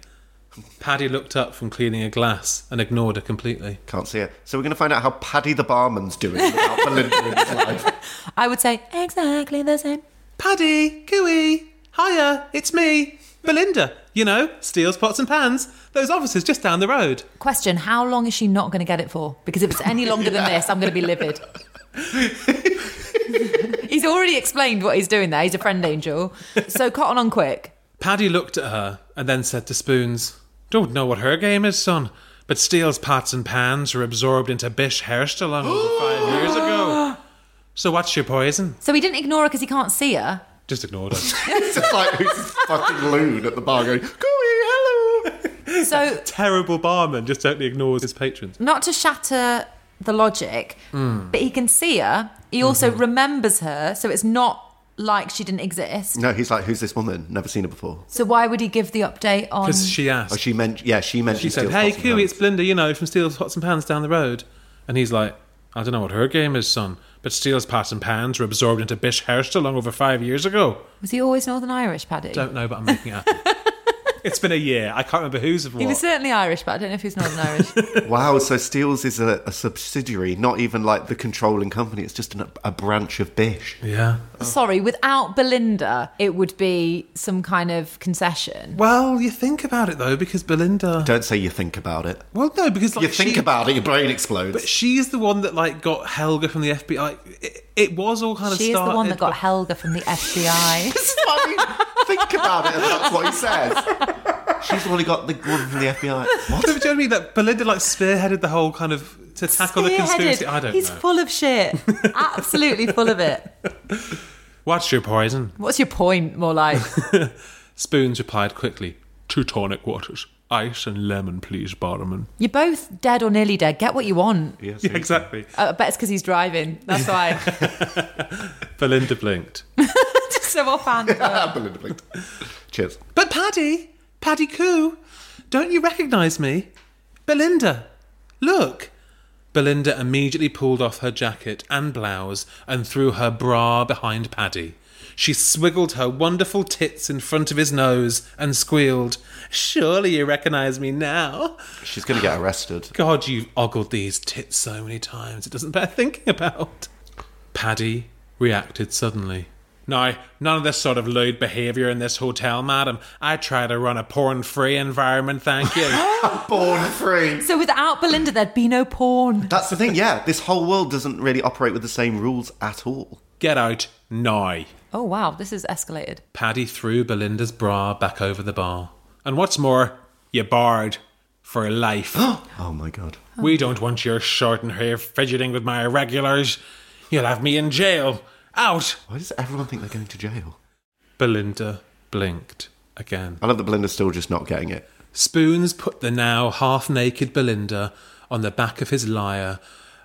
Speaker 2: Paddy looked up from cleaning a glass and ignored her completely.
Speaker 3: Can't see it. So we're going to find out how Paddy the barman's doing without Belinda in his life.
Speaker 4: I would say exactly the same.
Speaker 2: Paddy, cooey, hiya, it's me, Belinda. You know, Steele's Pots and Pans. Those offices just down the road.
Speaker 4: Question: How long is she not going to get it for? Because if it's any longer than this, I'm going to be livid. he's already explained what he's doing there. He's a friend angel. So cotton on quick.
Speaker 2: Paddy looked at her and then said to Spoons, Don't know what her game is, son, but Steele's Pots and Pans were absorbed into Bish Hairstall over five years ago. So what's your poison?
Speaker 4: So he didn't ignore her because he can't see her.
Speaker 6: Just ignored us.
Speaker 3: It's just like this fucking loon at the bar going, "Come here, hello."
Speaker 4: So
Speaker 6: Terrible barman just totally ignores his patrons.
Speaker 4: not to shatter the logic, but he can see her. He also remembers her, so it's not like she didn't exist.
Speaker 3: No, he's like, "Who's this woman? Never seen her before."
Speaker 4: So why would he give the update on?
Speaker 6: Because Mm. she asked.
Speaker 3: Oh, she meant, yeah, she meant.
Speaker 6: She said, "Hey, Coo, it's Blinda, you know, from Steel's Pots and Pans down the road." And he's like, "I don't know what her game is, son, but Steel's Pots and Pans were absorbed into Bish Herstal long over five years ago.
Speaker 4: Was he always Northern Irish, Paddy?
Speaker 6: Don't know, but I'm making it up. it's been a year. I can't remember who's of what.
Speaker 4: He was certainly Irish, but I don't know if he's Northern Irish.
Speaker 3: Wow, so Steels is a, a subsidiary, not even like the controlling company. It's just an, a branch of Bish.
Speaker 6: yeah.
Speaker 4: Sorry, without Belinda, it would be some kind of concession.
Speaker 6: Well, you think about it though, because Belinda.
Speaker 3: Don't say you think about it.
Speaker 6: Well, no, because like
Speaker 3: You think
Speaker 6: she-
Speaker 3: about it, your brain explodes.
Speaker 6: But she's the one that like got Helga from the FBI. Like, it, it was all kind of.
Speaker 4: She is the one
Speaker 6: started
Speaker 4: that got
Speaker 6: by-
Speaker 4: Helga from the FBI.
Speaker 3: It's funny. think about it, and that's what he says. She's the one who got the one from the FBI.
Speaker 6: Do
Speaker 3: What?
Speaker 6: you know what I mean? That Belinda like spearheaded the whole kind of to tackle the
Speaker 4: Spearheaded.
Speaker 6: conspiracy. I don't
Speaker 4: He's
Speaker 6: know.
Speaker 4: full of shit. Absolutely full of it.
Speaker 6: What's your poison?
Speaker 4: What's your point? More like
Speaker 6: Spoons replied quickly, Two tonic waters. Ice and lemon, please, barman.
Speaker 4: you're both dead or nearly dead. Get what you want.
Speaker 3: Yeah, so
Speaker 6: Yeah, exactly.
Speaker 4: Uh, I bet it's because he's driving. That's why.
Speaker 6: Belinda blinked.
Speaker 4: so offhand.
Speaker 3: Ah, Belinda blinked. Cheers.
Speaker 6: But Paddy, Paddy Coo, don't you recognise me? Belinda, look. Belinda immediately pulled off her jacket and blouse and threw her bra behind Paddy. She swiggled her wonderful tits in front of his nose and squealed, Surely you recognise me now.
Speaker 3: She's going to get arrested.
Speaker 6: God, you've ogled these tits so many times, it doesn't bear thinking about. Paddy reacted suddenly. No, none of this sort of lewd behaviour in this hotel, madam. I try to run a porn free environment, thank you.
Speaker 3: Born free.
Speaker 4: So without Belinda, there'd be no porn.
Speaker 3: That's the thing, yeah. This whole world doesn't really operate with the same rules at all.
Speaker 6: Get out now.
Speaker 4: Oh wow, this has escalated.
Speaker 6: Paddy threw Belinda's bra back over the bar. And what's more, you barred for life.
Speaker 3: Oh my god.
Speaker 6: We don't want your shorting here fidgeting with my irregulars. You'll have me in jail. Out!
Speaker 3: Why does everyone think they're going to jail?
Speaker 6: Belinda blinked again.
Speaker 3: I love that Belinda's still just not getting it.
Speaker 6: Spoons put the now half naked Belinda on the back of his lyre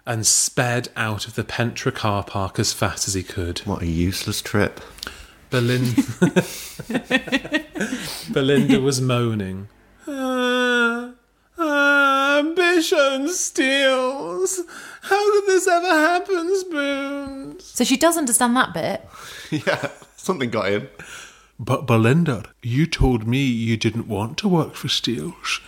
Speaker 6: and sped out of the Pentra car park as fast as he could.
Speaker 3: What a useless trip.
Speaker 6: Belinda, Belinda was moaning. "Ah, ah, ambition steals. How did this ever happen, Spoons?
Speaker 4: So she does understand that bit.
Speaker 3: yeah, something got in.
Speaker 6: But Belinda, you told me you didn't want to work for Steels.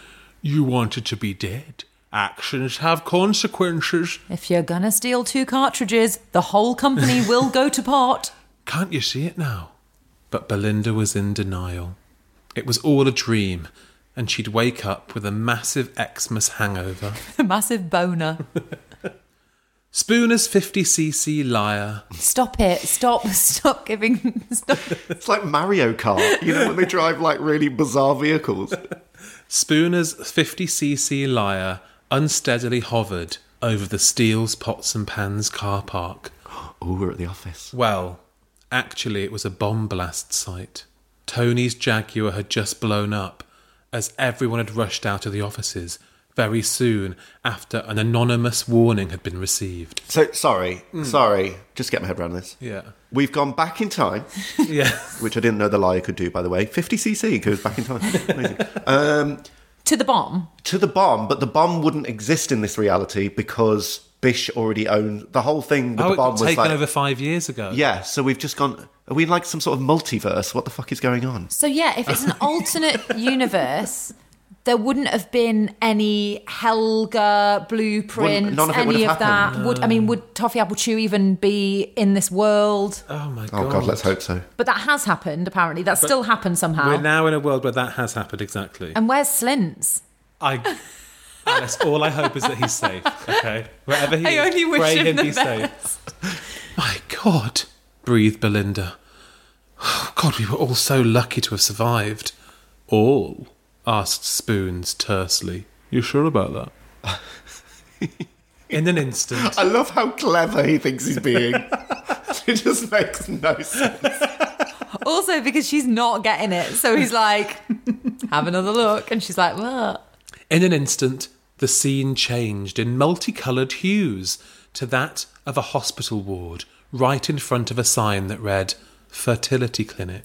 Speaker 6: You wanted to be dead. Actions have consequences.
Speaker 4: If you're gonna steal two cartridges, the whole company will go to pot.
Speaker 6: Can't you see it now? But Belinda was in denial. It was all a dream, and she'd wake up with a massive Xmas hangover.
Speaker 4: Massive boner.
Speaker 6: Spooner's 50cc lyre.
Speaker 4: Stop it. Stop. Stop giving. Stop.
Speaker 3: It's like Mario Kart, you know, when they drive like really bizarre vehicles.
Speaker 6: Spooner's 50cc lyre unsteadily hovered over the Steele's Pots and Pans car park.
Speaker 3: Oh, we're at the office.
Speaker 6: Well, actually, it was a bomb blast site. Tony's Jaguar had just blown up as everyone had rushed out of the offices very soon after an anonymous warning had been received.
Speaker 3: So, sorry,
Speaker 6: Hmm.
Speaker 3: sorry. Just get my head around this.
Speaker 6: Yeah.
Speaker 3: We've gone back in time,
Speaker 6: Yeah.
Speaker 3: which I didn't know the liar could do, by the way. 50cc goes back in time. Amazing.
Speaker 4: To the bomb.
Speaker 3: to the bomb, but the bomb wouldn't exist in this reality because Bish already owned the whole thing with
Speaker 6: oh,
Speaker 3: the
Speaker 6: it got
Speaker 3: bomb was
Speaker 6: taken
Speaker 3: like.
Speaker 6: over five years ago.
Speaker 3: Yeah, so we've just gone. Are we in like some sort of multiverse? What the fuck is going on?
Speaker 4: So yeah, if it's an alternate universe, there wouldn't have been any Helga blueprints.
Speaker 3: Wouldn't- none of it would
Speaker 4: any
Speaker 3: have
Speaker 4: of that.
Speaker 3: happened.
Speaker 4: Would I mean? Would Toffee Apple Chew even be in this world?
Speaker 6: Oh my god.
Speaker 3: Oh god, let's hope so.
Speaker 4: But that has happened. Apparently, that still happened somehow.
Speaker 6: We're now in a world where that has happened exactly.
Speaker 4: and where's Slints?
Speaker 6: I. Alice, all I hope is that he's safe. Okay, wherever he
Speaker 4: I
Speaker 6: is,
Speaker 4: only wish
Speaker 6: pray
Speaker 4: him the
Speaker 6: be safe. My God, breathed Belinda. Oh, God, we were all so lucky to have survived. All asked Spoons tersely. You sure about that? in an instant,
Speaker 3: I love how clever he thinks he's being. it just makes no sense.
Speaker 4: Also, because she's not getting it. So he's like, have another look. And she's like, what?
Speaker 2: In an instant, the scene changed in multicoloured hues to that of a hospital ward, right in front of a sign that read, Fertility Clinic.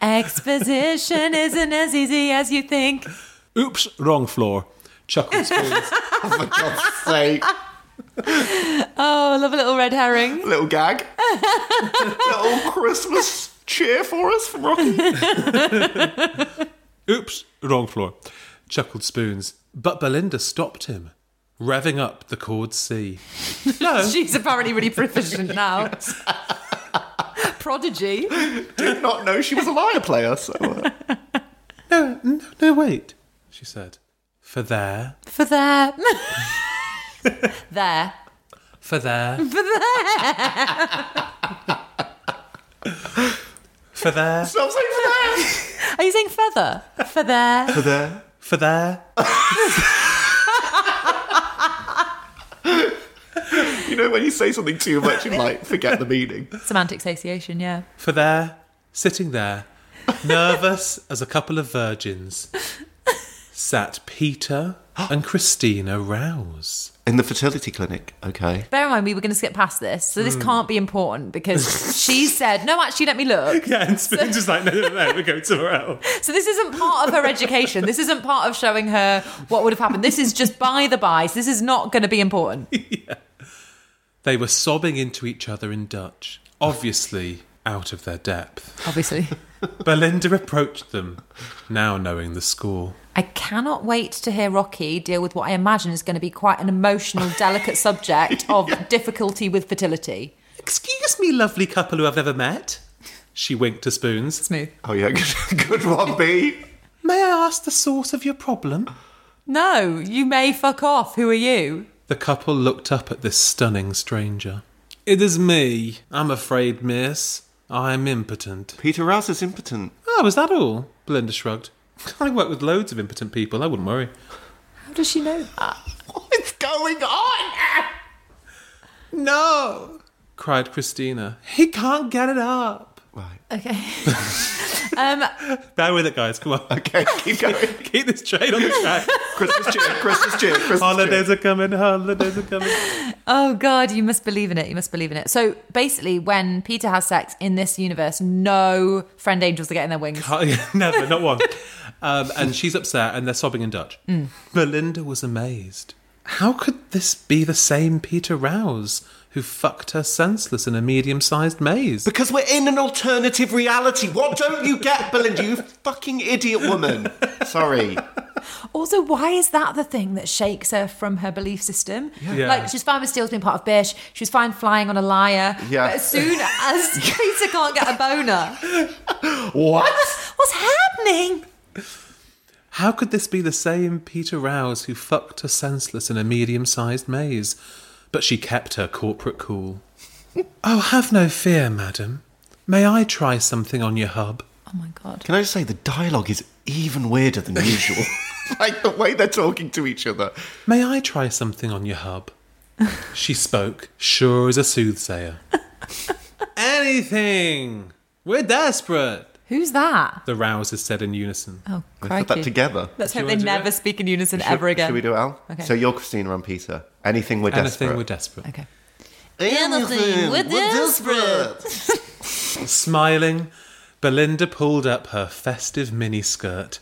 Speaker 4: Exposition isn't as easy as you think.
Speaker 2: Oops, wrong floor. Chuckles. goes,
Speaker 3: For God's sake.
Speaker 4: Oh, I love a little red herring.
Speaker 3: Little gag. little Christmas cheer for us from Rocky.
Speaker 2: Oops, wrong floor. Chuckled Spoons. But Belinda stopped him, revving up the chord C. No,
Speaker 4: She's apparently really proficient now. Prodigy.
Speaker 3: Did not know she was a lyre player. So, uh,
Speaker 2: no, no, no, wait, she said. For there,
Speaker 4: For there. there.
Speaker 2: for there,
Speaker 4: For there.
Speaker 2: for there,
Speaker 3: so I'm saying for that.
Speaker 4: Are you saying feather? For there.
Speaker 3: For there.
Speaker 2: for there.
Speaker 3: You know when you say something too much, you like forget the meaning.
Speaker 4: Semantic satiation, yeah.
Speaker 2: for there, sitting there, nervous as a couple of virgins, sat Peter and Christina Rouse.
Speaker 3: In the fertility clinic. Okay.
Speaker 4: Bear in mind, we were going to skip past this, so this can't be important because she said, no, actually, let me look.
Speaker 2: Yeah, and Spoon's just like, no, no, no, we're going somewhere else.
Speaker 4: So this isn't part of her education. This isn't part of showing her what would have happened. This is just by the by. This is not going to be important.
Speaker 2: They were sobbing into each other in Dutch, obviously out of their depth.
Speaker 4: Obviously.
Speaker 2: Belinda approached them, now knowing the score.
Speaker 4: I cannot wait to hear Rocky deal with what I imagine is going to be quite an emotional, delicate subject of difficulty with fertility.
Speaker 2: Excuse me, lovely couple who I've never met. She winked to Spoons.
Speaker 4: Smooth.
Speaker 3: Oh yeah, good, good one, B.
Speaker 2: May I ask the source of your problem?
Speaker 4: No, you may fuck off. Who are you?
Speaker 2: The couple looked up at this stunning stranger. It is me, I'm afraid, miss. I am impotent.
Speaker 3: Peter Rouse is impotent.
Speaker 2: Oh, is that all? Belinda shrugged. I work with loads of impotent people, I wouldn't worry.
Speaker 4: How does she know that?
Speaker 3: What's going on?
Speaker 2: No! cried Christina. He can't get it up.
Speaker 3: Right.
Speaker 4: Okay.
Speaker 2: Bear with it, guys, come on.
Speaker 3: Okay. Keep going.
Speaker 2: Keep this train on the track.
Speaker 3: Christmas cheer. Christmas cheer. Christmas
Speaker 2: holidays
Speaker 3: cheer.
Speaker 2: are coming, holidays are coming.
Speaker 4: Oh God, you must believe in it. You must believe in it. So basically, when Peter has sex in this universe, no friend angels are getting their wings.
Speaker 2: Oh, yeah, Never, not one. Um, and she's upset and they're sobbing in Dutch. Belinda was amazed. How could this be the same Peter Rouse who fucked her senseless in a medium sized maze?
Speaker 3: Because we're in an alternative reality. What don't you get, Belinda? You fucking idiot woman. Sorry.
Speaker 4: Also, why is that the thing that shakes her from her belief system?
Speaker 2: Yeah.
Speaker 4: Like she's fine with Steele's being part of Bish. She was fine flying on a liar.
Speaker 3: Yeah.
Speaker 4: But as soon as Peter can't get a boner,
Speaker 3: What?
Speaker 4: what's happening?
Speaker 2: How could this be the same Peter Rouse who fucked her senseless in a medium sized maze? But she kept her corporate cool. oh, have no fear, madam. May I try something on your hub?
Speaker 4: Oh my God.
Speaker 3: Can I just say the dialogue is even weirder than usual? like the way they're talking to each other.
Speaker 2: May I try something on your hub? she spoke, sure as a soothsayer. Anything! We're desperate!
Speaker 4: Who's that?
Speaker 2: The Rouses said in unison.
Speaker 4: Oh,
Speaker 3: They
Speaker 4: crikey.
Speaker 3: put that together.
Speaker 4: Let's
Speaker 2: Do you
Speaker 4: hope they
Speaker 2: wanna do
Speaker 4: never
Speaker 2: that?
Speaker 4: speak in unison ever again.
Speaker 3: Should we do it, Al?
Speaker 4: Okay.
Speaker 3: So you're Christina and Peter. Anything we're
Speaker 2: Anything, we're
Speaker 3: desperate.
Speaker 2: desperate.
Speaker 4: okay.
Speaker 3: Anything
Speaker 4: we're
Speaker 3: desperate.
Speaker 2: Smiling, Belinda pulled up her festive miniskirt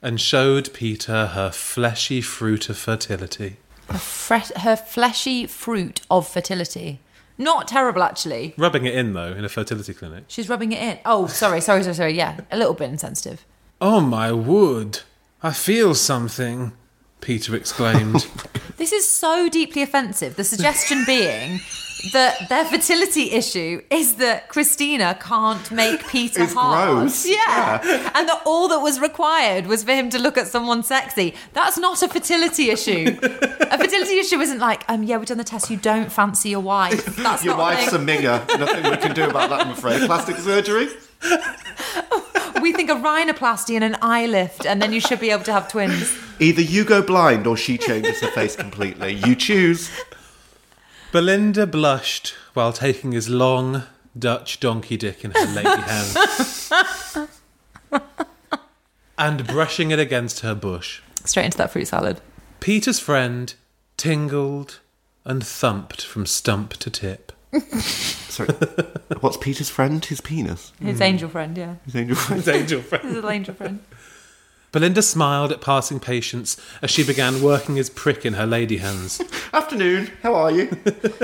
Speaker 2: and showed Peter her fleshy fruit of fertility.
Speaker 4: Fresh, her fleshy fruit of fertility. Not terrible, actually.
Speaker 2: Rubbing it in, though, in a fertility clinic.
Speaker 4: She's rubbing it in. Oh, sorry, sorry, sorry, sorry. Yeah, a little bit insensitive.
Speaker 2: Oh my wood! I feel something! Peter exclaimed.
Speaker 4: This is so deeply offensive. The suggestion being that their fertility issue is that Christina can't make Peter
Speaker 3: It's
Speaker 4: hard.
Speaker 3: gross.
Speaker 4: Yeah. And that all that was required was for him to look at someone sexy. That's not a fertility issue. a fertility issue isn't like, um, yeah, we've done the test, you don't fancy your wife. That's
Speaker 3: Your
Speaker 4: not a
Speaker 3: wife's a
Speaker 4: thing.
Speaker 3: minger. Nothing we can do about that, I'm afraid. Plastic surgery?
Speaker 4: We think a rhinoplasty and an eye lift, and then you should be able to have twins.
Speaker 3: Either you go blind or she changes her face completely. You choose.
Speaker 2: Belinda blushed while taking his long,
Speaker 6: Dutch donkey dick in her lady hand and brushing it against her bush.
Speaker 4: Straight into that fruit salad.
Speaker 6: Peter's friend tingled and thumped from stump to tip.
Speaker 3: Sorry. What's Peter's friend? His penis.
Speaker 4: His angel friend, yeah.
Speaker 3: His angel friend.
Speaker 6: His angel friend.
Speaker 4: His little angel friend.
Speaker 6: Belinda smiled at passing patients as she began working his prick in her lady hands.
Speaker 3: Afternoon. How are you?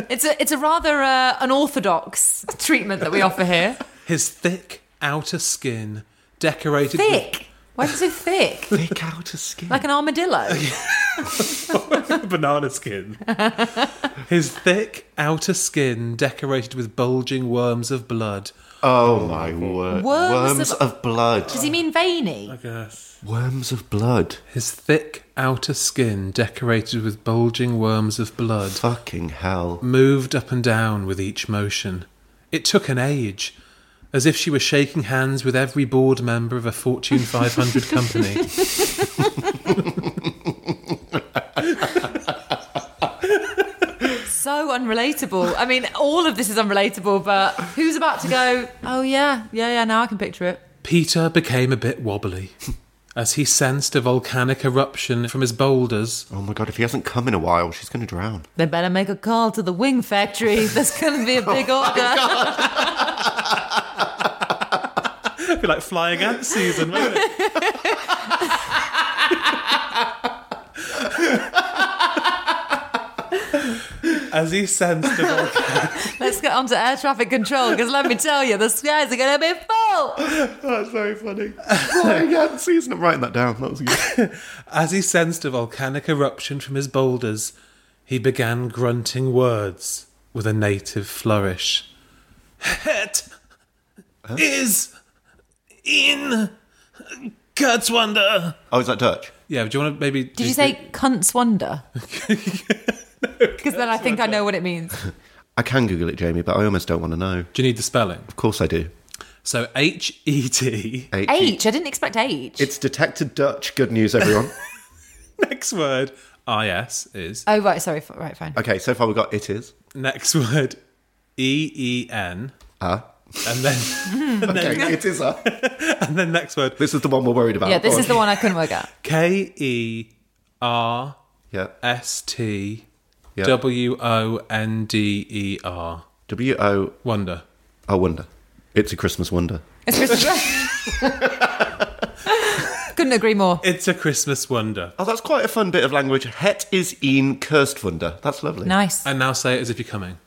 Speaker 4: It's a it's a rather uh, unorthodox treatment that we offer here.
Speaker 6: His thick outer skin decorated with-
Speaker 4: Thick. Why is it so thick?
Speaker 3: Thick outer skin.
Speaker 4: Like an armadillo.
Speaker 6: banana skin. His thick outer skin decorated with bulging worms of blood.
Speaker 3: Oh my word.
Speaker 4: Worms
Speaker 3: Worms
Speaker 4: of-
Speaker 3: of, blood.
Speaker 4: Does he mean veiny?
Speaker 3: Worms of blood.
Speaker 6: His thick outer skin decorated with bulging worms of blood
Speaker 3: Fucking hell.
Speaker 6: moved up and down with each motion. It took an age, as if she were shaking hands with every board member of a Fortune 500 company.
Speaker 4: So unrelatable. I mean, all of this is unrelatable, but who's about to go, oh, yeah, yeah, yeah, now I can picture it.
Speaker 6: Peter became a bit wobbly as he sensed a volcanic eruption from his boulders
Speaker 3: Oh my god, if he hasn't come in a while, she's going to drown.
Speaker 4: They better make a call to the wing factory. There's going to be a big order.
Speaker 6: be like flying ant season, won't it? As he sensed the volcano,
Speaker 4: Let's get on to air traffic control because let me tell you, the skies are going to be full.
Speaker 3: That's very funny. Flying ant season. I'm writing that down. That was good.
Speaker 6: as he sensed a volcanic eruption from his boulders, he began grunting words with a native flourish. Het is in Kurzwander.
Speaker 3: Oh, is that Dutch?
Speaker 6: Yeah, do you want to maybe?
Speaker 4: Did you say cunts wonder? Because then I think I know what it means.
Speaker 3: I can Google it, Jamie, but I almost don't want to know.
Speaker 6: Do you need the spelling?
Speaker 3: Of course I do.
Speaker 6: So H E T.
Speaker 3: H.
Speaker 4: H. I didn't expect H.
Speaker 3: It's detected Dutch. Good news, everyone.
Speaker 6: Next word IS is.
Speaker 4: oh, right. Sorry. f- Right. Fine.
Speaker 3: okay, so far we've got it is.
Speaker 6: Next word E E N.
Speaker 3: Ah.
Speaker 6: And then
Speaker 3: Okay, it is a.
Speaker 6: and then next word
Speaker 3: This is the one we're worried about. Oh.
Speaker 4: Yeah, this
Speaker 3: Go
Speaker 4: is the
Speaker 3: on.
Speaker 4: one I couldn't work out.
Speaker 6: K E R
Speaker 3: Yeah.
Speaker 6: S T
Speaker 3: yeah.
Speaker 6: W O N D E R.
Speaker 3: W O.
Speaker 6: Wonder.
Speaker 3: I wonder. It's a Christmas wonder.
Speaker 4: It's Christmas. couldn't agree more.
Speaker 6: It's a Christmas wonder.
Speaker 3: Oh, that's quite a fun bit of language. Het is een Kirstwunder. That's lovely.
Speaker 4: Nice.
Speaker 6: And now say it as if you're coming.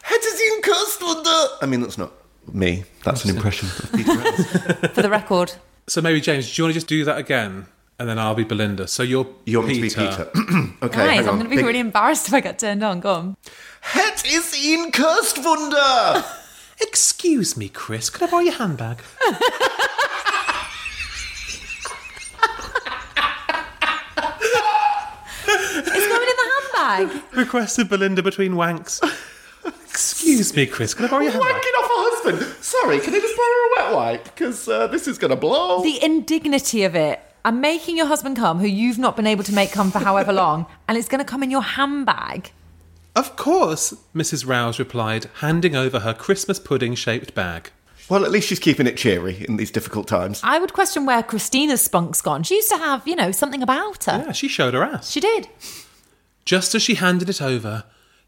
Speaker 3: Het is een Kirstwunder. I mean, that's not me. That's an impression of Peter Ellis.
Speaker 4: For the record,
Speaker 6: So maybe James, do you want to just do that again? And then I'll be Belinda. So you're
Speaker 3: You want me to be Peter? okay,
Speaker 4: guys,
Speaker 3: hang
Speaker 4: I'm
Speaker 3: on.
Speaker 4: going to be
Speaker 3: Big-
Speaker 4: really embarrassed if I get turned on. Go on.
Speaker 3: Het is een Kirstwunder.
Speaker 6: Excuse me, Chris. Could I borrow your handbag?
Speaker 4: It's going in the handbag.
Speaker 6: Requested Belinda between wanks. Excuse me, Chris. Could I borrow your handbag?
Speaker 3: Wanking off a husband. Sorry, can I just borrow a wet wipe? Because uh, this is going to blow.
Speaker 4: The indignity of it. I'm making your husband come, who you've not been able to make come for however long, and it's going to come in your handbag.
Speaker 6: Of course, Mrs. Rouse replied, handing over her Christmas pudding shaped bag.
Speaker 3: well, at least she's keeping it cheery in these difficult times.
Speaker 4: I would question where Christina's spunk's gone. She used to have, you know, something about her.
Speaker 6: Yeah, she showed her ass.
Speaker 4: She did.
Speaker 6: Just as she handed it over,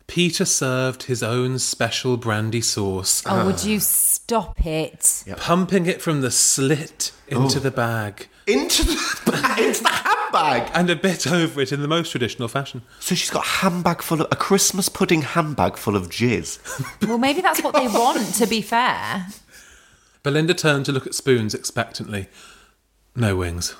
Speaker 6: Peter served his own special brandy sauce,
Speaker 4: Oh, would
Speaker 3: Uh.
Speaker 4: you stop it?
Speaker 6: pumping it from the slit into the bag
Speaker 3: Into the, into the handbag.
Speaker 6: and a bit over it in the most traditional fashion.
Speaker 3: So she's got a handbag full of a Christmas pudding handbag full of jizz.
Speaker 4: Well, maybe that's what they want, to be fair.
Speaker 6: Belinda turned to look at spoons expectantly. No wings.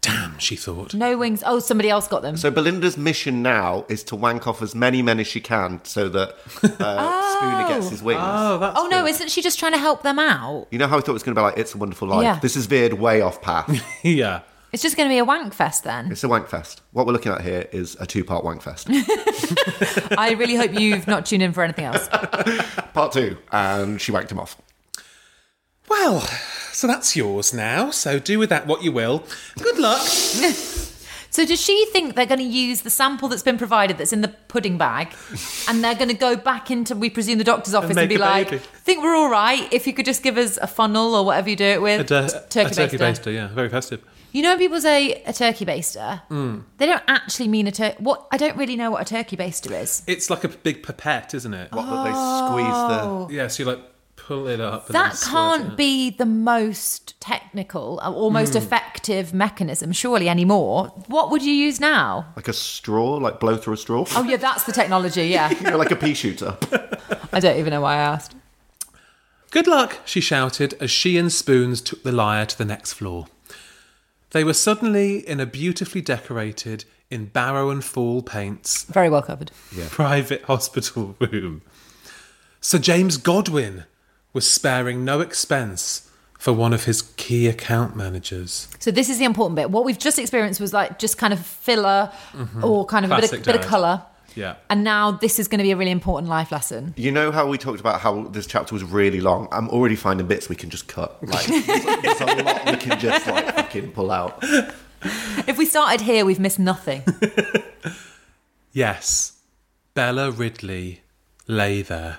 Speaker 6: Damn, she thought.
Speaker 4: No wings. Oh, somebody else got them.
Speaker 3: So Belinda's mission now is to wank off as many men as she can so that uh, Spooner gets his wings.
Speaker 6: that's
Speaker 4: Oh no, isn't she just trying to help them out?
Speaker 3: You know how I thought it was going to be like It's a Wonderful Life?
Speaker 4: Yeah.
Speaker 3: This is veered way off path.
Speaker 6: yeah.
Speaker 4: It's just going to be a wank fest then.
Speaker 3: it's a wank fest. What we're looking at here is a two part wank fest.
Speaker 4: I really hope you've not tuned in for anything else.
Speaker 3: part two. And she wanked him off.
Speaker 6: Well, so that's yours now. So do with that what you will. Good luck.
Speaker 4: So does she think they're going to use the sample that's been provided that's in the pudding bag and they're going to go back into, we presume, the doctor's office and,
Speaker 6: make
Speaker 4: be
Speaker 6: a
Speaker 4: like,
Speaker 6: baby.
Speaker 4: think we're all right if you could just give us a funnel or whatever you do it with?
Speaker 6: A, uh,
Speaker 4: Just
Speaker 6: turkey, a turkey
Speaker 4: baster.
Speaker 6: baster, yeah, very festive.
Speaker 4: You know when people say a turkey baster,
Speaker 6: Mm.
Speaker 4: they don't actually mean a turkey. What I don't really know what a turkey baster is.
Speaker 6: It's like a big pipette, isn't it?
Speaker 3: What, that they squeeze the
Speaker 4: Oh.
Speaker 6: Yeah, so you like pull it up. And
Speaker 4: That
Speaker 6: then
Speaker 4: can't be the most technical uh, or most effective mechanism, surely anymore. What would you use now?
Speaker 3: like a straw, like blow through a straw,
Speaker 4: Oh, yeah, that's the technology. Yeah.
Speaker 3: You know, like a pea shooter.
Speaker 4: I don't even know why I asked.
Speaker 6: Good luck, she shouted as she and Spoons took the lyre to the next floor. They were suddenly in a beautifully decorated, in barrow and fall paints,
Speaker 4: Very well covered.
Speaker 6: private hospital room. Sir James Godwin was sparing no expense for one of his key account managers.
Speaker 4: So this is the important bit. What we've just experienced was like just kind of filler or kind of a bit of,
Speaker 6: Plastic
Speaker 4: bit of
Speaker 6: dye.
Speaker 4: colour.
Speaker 6: Yeah.
Speaker 4: And now this is going to be a really important life lesson.
Speaker 3: You know how we talked about how this chapter was really long? I'm already finding bits we can just cut. Like, there's, there's a lot we can just like fucking pull out.
Speaker 4: If we started here, we've missed nothing.
Speaker 6: Yes, Bella Ridley lay there,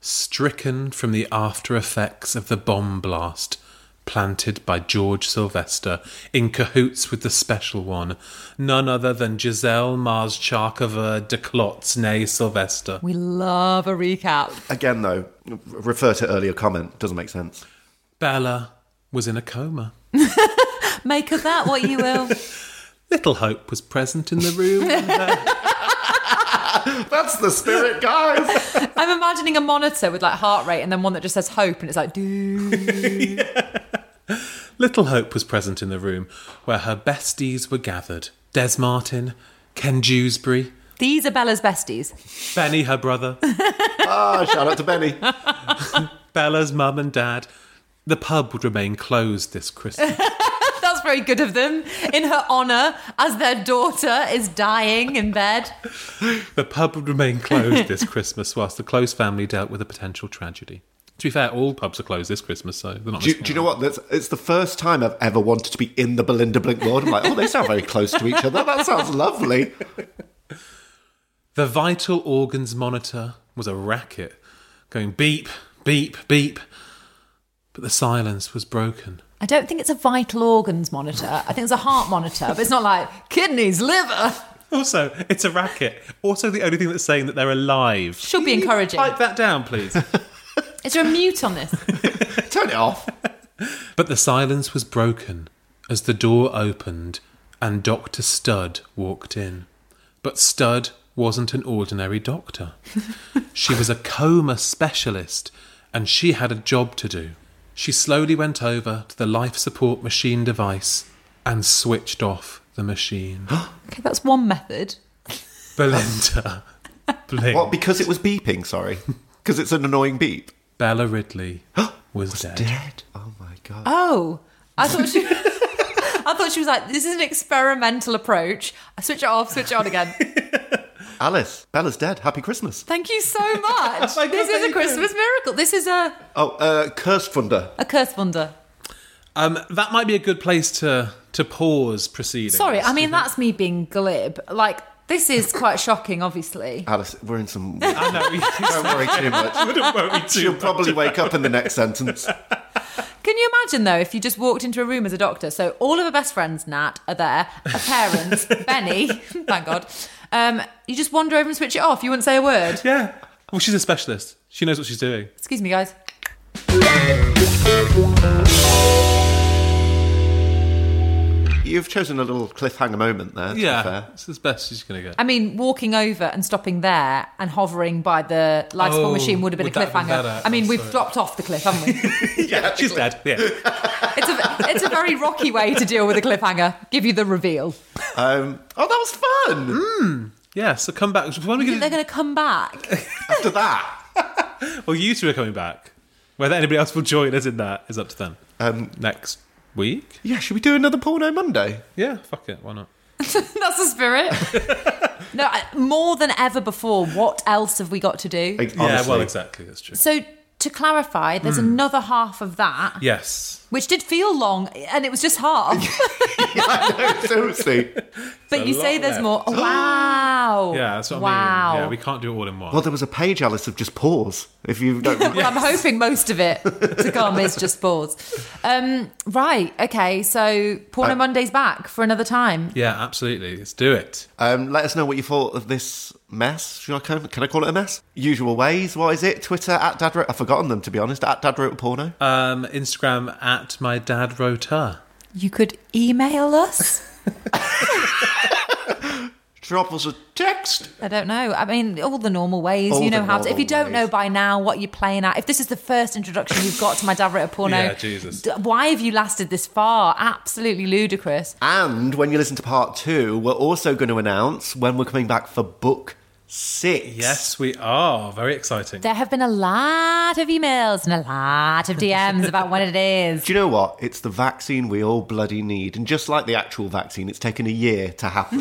Speaker 6: stricken from the after effects of the bomb blast planted by George Sylvester in cahoots with the special one, none other than Giselle Mars Charkova de Klotz, nay Sylvester.
Speaker 4: we love a recap.
Speaker 3: Again, though, r- refer to earlier comment. Doesn't make sense.
Speaker 6: Bella was in a coma.
Speaker 4: Make of that what you will.
Speaker 6: Little hope was present in the room.
Speaker 3: That's the spirit, guys.
Speaker 4: I'm imagining a monitor with like heart rate and then one that just says hope and it's like, dude.
Speaker 6: Little hope was present in the room where her besties were gathered. Des Martin, Ken Dewsbury,
Speaker 4: These are Bella's besties.
Speaker 6: Benny, her brother,
Speaker 3: Ah, shout out to Benny.
Speaker 6: Bella's mum and dad. The pub would remain closed this Christmas.
Speaker 4: That's very good of them. In her honour, as their daughter is dying in bed.
Speaker 6: the pub would remain closed this Christmas whilst the close family dealt with a potential tragedy. To be fair, all pubs are closed this Christmas, so they're not.
Speaker 3: Do, do you know what? That's, it's the first time I've ever wanted to be in the Belinda Blink world. I'm like, oh, they sound very close to each other. That sounds lovely.
Speaker 6: The vital organs monitor was a racket, going beep, beep, beep. But the silence was broken.
Speaker 4: I don't think it's a vital organs monitor. I think it's a heart monitor, but it's not like kidneys, liver.
Speaker 6: Also, it's a racket. Also, the only thing that's saying that they're alive.
Speaker 4: Should be
Speaker 6: Can you
Speaker 4: encouraging.
Speaker 6: Type that down, please.
Speaker 4: Is there a mute on this?
Speaker 3: Turn it off.
Speaker 6: But the silence was broken as the door opened and Dr. Stud walked in. But Stud wasn't an ordinary doctor. she was a coma specialist and she had a job to do. She slowly went over to the life support machine device and switched off the machine.
Speaker 4: Okay, that's one method.
Speaker 6: Belinda blinked.
Speaker 3: What? Because it was beeping. Sorry. Because it's an annoying beep.
Speaker 6: Bella Ridley was, dead.
Speaker 3: Dead. Oh my god.
Speaker 4: Oh, I thought she. I thought she was like, this is an experimental approach. I switch it off, switch it on again.
Speaker 3: Alice, Bella's dead. Happy Christmas.
Speaker 4: Thank you so much.
Speaker 6: Oh my God,
Speaker 4: this is
Speaker 6: thank
Speaker 4: a
Speaker 6: you.
Speaker 4: Christmas miracle. This is a,
Speaker 3: Oh, uh, cursed thunder.
Speaker 4: a curse wonder.
Speaker 6: Um, that might be a good place to, to pause proceedings.
Speaker 4: Sorry, I mean, that's me being glib. Like, this is quite shocking, obviously.
Speaker 3: Alice, we're in some.
Speaker 6: I know, you
Speaker 3: Don't worry too much.
Speaker 6: wouldn't worry too
Speaker 3: She'll
Speaker 6: much.
Speaker 3: probably wake up in the next sentence.
Speaker 4: Can you imagine, though, if you just walked into a room as a doctor? So, all of her best friends, Nat, are there, her parents, Benny, thank God. Um, you just wander over and switch it off. You wouldn't say a word.
Speaker 6: Yeah. Well, she's a specialist. She knows what she's doing.
Speaker 4: Excuse me, guys.
Speaker 3: You've chosen a little cliffhanger moment there. To Be fair.
Speaker 6: It's as best she's going to get.
Speaker 4: I mean, walking over and stopping there and hovering by the life support
Speaker 6: Oh,
Speaker 4: machine would have been
Speaker 6: would
Speaker 4: a
Speaker 6: that have been
Speaker 4: cliffhanger.
Speaker 6: better?
Speaker 4: I mean,
Speaker 6: I'm
Speaker 4: we've
Speaker 6: sorry.
Speaker 4: dropped off the cliff, haven't we?
Speaker 6: yeah, she's dead. Yeah.
Speaker 4: It's a, it's a very rocky way to deal with a cliffhanger. Give you the reveal.
Speaker 3: Um, oh, that was fun.
Speaker 6: yeah, so come back. When are we
Speaker 4: You think they're
Speaker 6: gonna...
Speaker 4: going to come back?
Speaker 3: After that,
Speaker 6: Well, Oh, you two are coming back. Whether anybody else will join us in that is up to them.
Speaker 3: Um,
Speaker 6: Next week?
Speaker 3: yeah, should we do another porno Monday?
Speaker 6: Yeah, fuck it. Why not?
Speaker 4: That's the spirit. No, I- more than ever before. What else have we got to do?
Speaker 3: Like,
Speaker 6: Yeah,
Speaker 3: honestly.
Speaker 6: well, exactly. That's true.
Speaker 4: So, to clarify, there's
Speaker 2: Hmm.
Speaker 4: another half of that,
Speaker 2: Yes.
Speaker 4: which did feel long, and it was just half.
Speaker 3: Seriously.
Speaker 4: but you
Speaker 2: lot
Speaker 4: say there's
Speaker 2: left.
Speaker 4: more. wow.
Speaker 2: Yeah, that's what
Speaker 4: wow.
Speaker 2: I mean. Yeah, we can't do it all in one.
Speaker 3: Well, there was a page, Alice, of just pause. If you don't remember.
Speaker 4: Well, I'm hoping most of it to come is just pause. Um, right. Okay. So Porno Monday's back for another time.
Speaker 2: yeah, absolutely. Let's do it.
Speaker 3: Um, let us know what you thought of this mess. Should I call, can I call it a mess? Usual ways. What is it? Twitter at Dad wrote. I've forgotten them to be honest. At Dad wrote a porno.
Speaker 2: Um, Instagram at my dad wrote her.
Speaker 4: You could email us.
Speaker 3: Drop us a text.
Speaker 4: I don't know. I mean, all the normal ways.
Speaker 3: All
Speaker 4: you
Speaker 3: the
Speaker 4: know how to. If you
Speaker 3: normal
Speaker 4: don't know
Speaker 3: ways.
Speaker 4: by now what you're playing at, if this is the first introduction you've got to my dad wrote a porno,
Speaker 2: Yeah, Jesus.
Speaker 4: Oh, d- why have you lasted this far? Absolutely ludicrous.
Speaker 3: And when you listen to part two, we're also going to announce when we're coming back for book six.
Speaker 2: Yes, we are. Very exciting.
Speaker 4: There have been a lot of emails and a lot of DMs about what it is.
Speaker 3: Do you know what? It's the vaccine we all bloody need. And just like the actual vaccine, it's taken a year to happen.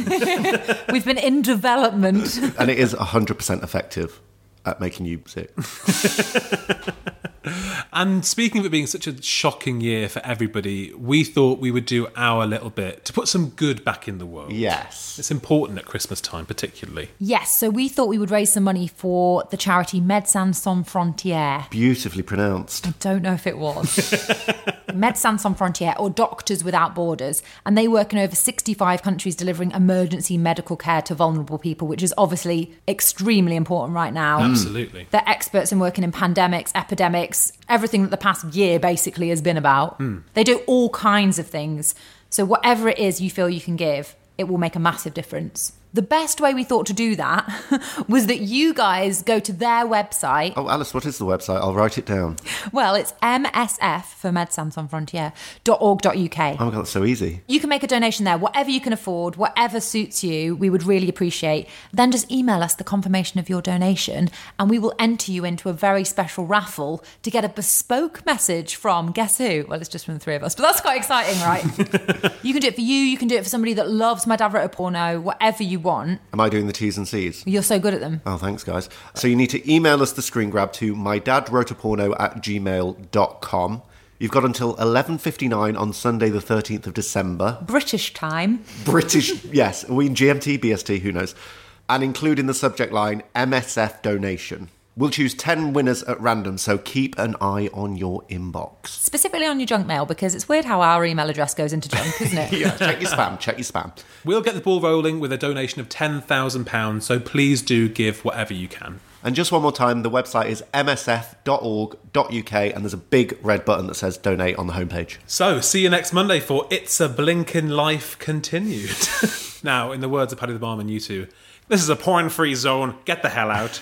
Speaker 4: We've been in development.
Speaker 3: and it is 100% effective at making you sick.
Speaker 2: And speaking of it being such a shocking year for everybody, we thought we would do our little bit to put some good back in the world.
Speaker 3: Yes.
Speaker 2: It's important at Christmas time, particularly.
Speaker 4: Yes, so we thought we would raise some money for the charity Médecins Sans Frontières.
Speaker 3: Beautifully pronounced.
Speaker 4: Don't know if it was. Médecins Sans Frontières or Doctors Without Borders. And they work in over 65 countries delivering emergency medical care to vulnerable people, which is obviously extremely important right now.
Speaker 2: Absolutely.
Speaker 4: They're experts in working in pandemics, epidemics, everything that the past year basically has been about. They do all kinds of things. So, whatever it is you feel you can give, it will make a massive difference. The best way we thought to do that was that you guys go to their website.
Speaker 3: Oh, Alice, what is the website? I'll write it down.
Speaker 4: Well, it's msf for Medsamson Sans Frontier dot org dot uk.
Speaker 3: Oh my God, that's so easy.
Speaker 4: You can make a donation there, whatever you can afford, whatever suits you, we would really appreciate. Then just email us the confirmation of your donation and we will enter you into a very special raffle to get a bespoke message from guess who? Well, it's just from the three of us, but that's quite exciting, right? you can do it for you, you can do it for somebody that loves my dad wrote a porno, whatever you want.
Speaker 3: Am I doing the T's and C's?
Speaker 4: You're so good at them.
Speaker 3: Oh, thanks, guys. So you need to email us the screen grab to mydadwroteaporno at gmail.com. You've got until 11.59 on Sunday the 13th of December.
Speaker 4: British time.
Speaker 3: British, yes. Are we in GMT, BST? Who knows? And include in the subject line MSF donation. We'll choose 10 winners at random, so keep an eye on your inbox.
Speaker 4: Specifically on your junk mail, because it's weird how our email address goes into junk, isn't it?
Speaker 3: Yeah, check your spam, check your spam.
Speaker 2: We'll get the ball rolling with a donation of £10,000, so please do give whatever you can.
Speaker 3: And just one more time, the website is msf.org.uk, and there's a big red button that says donate on the homepage.
Speaker 2: So, see you next Monday for It's a Blinkin' Life Continued. now, in the words of Paddy the Barman, you two, this is a porn free zone. Get the hell out.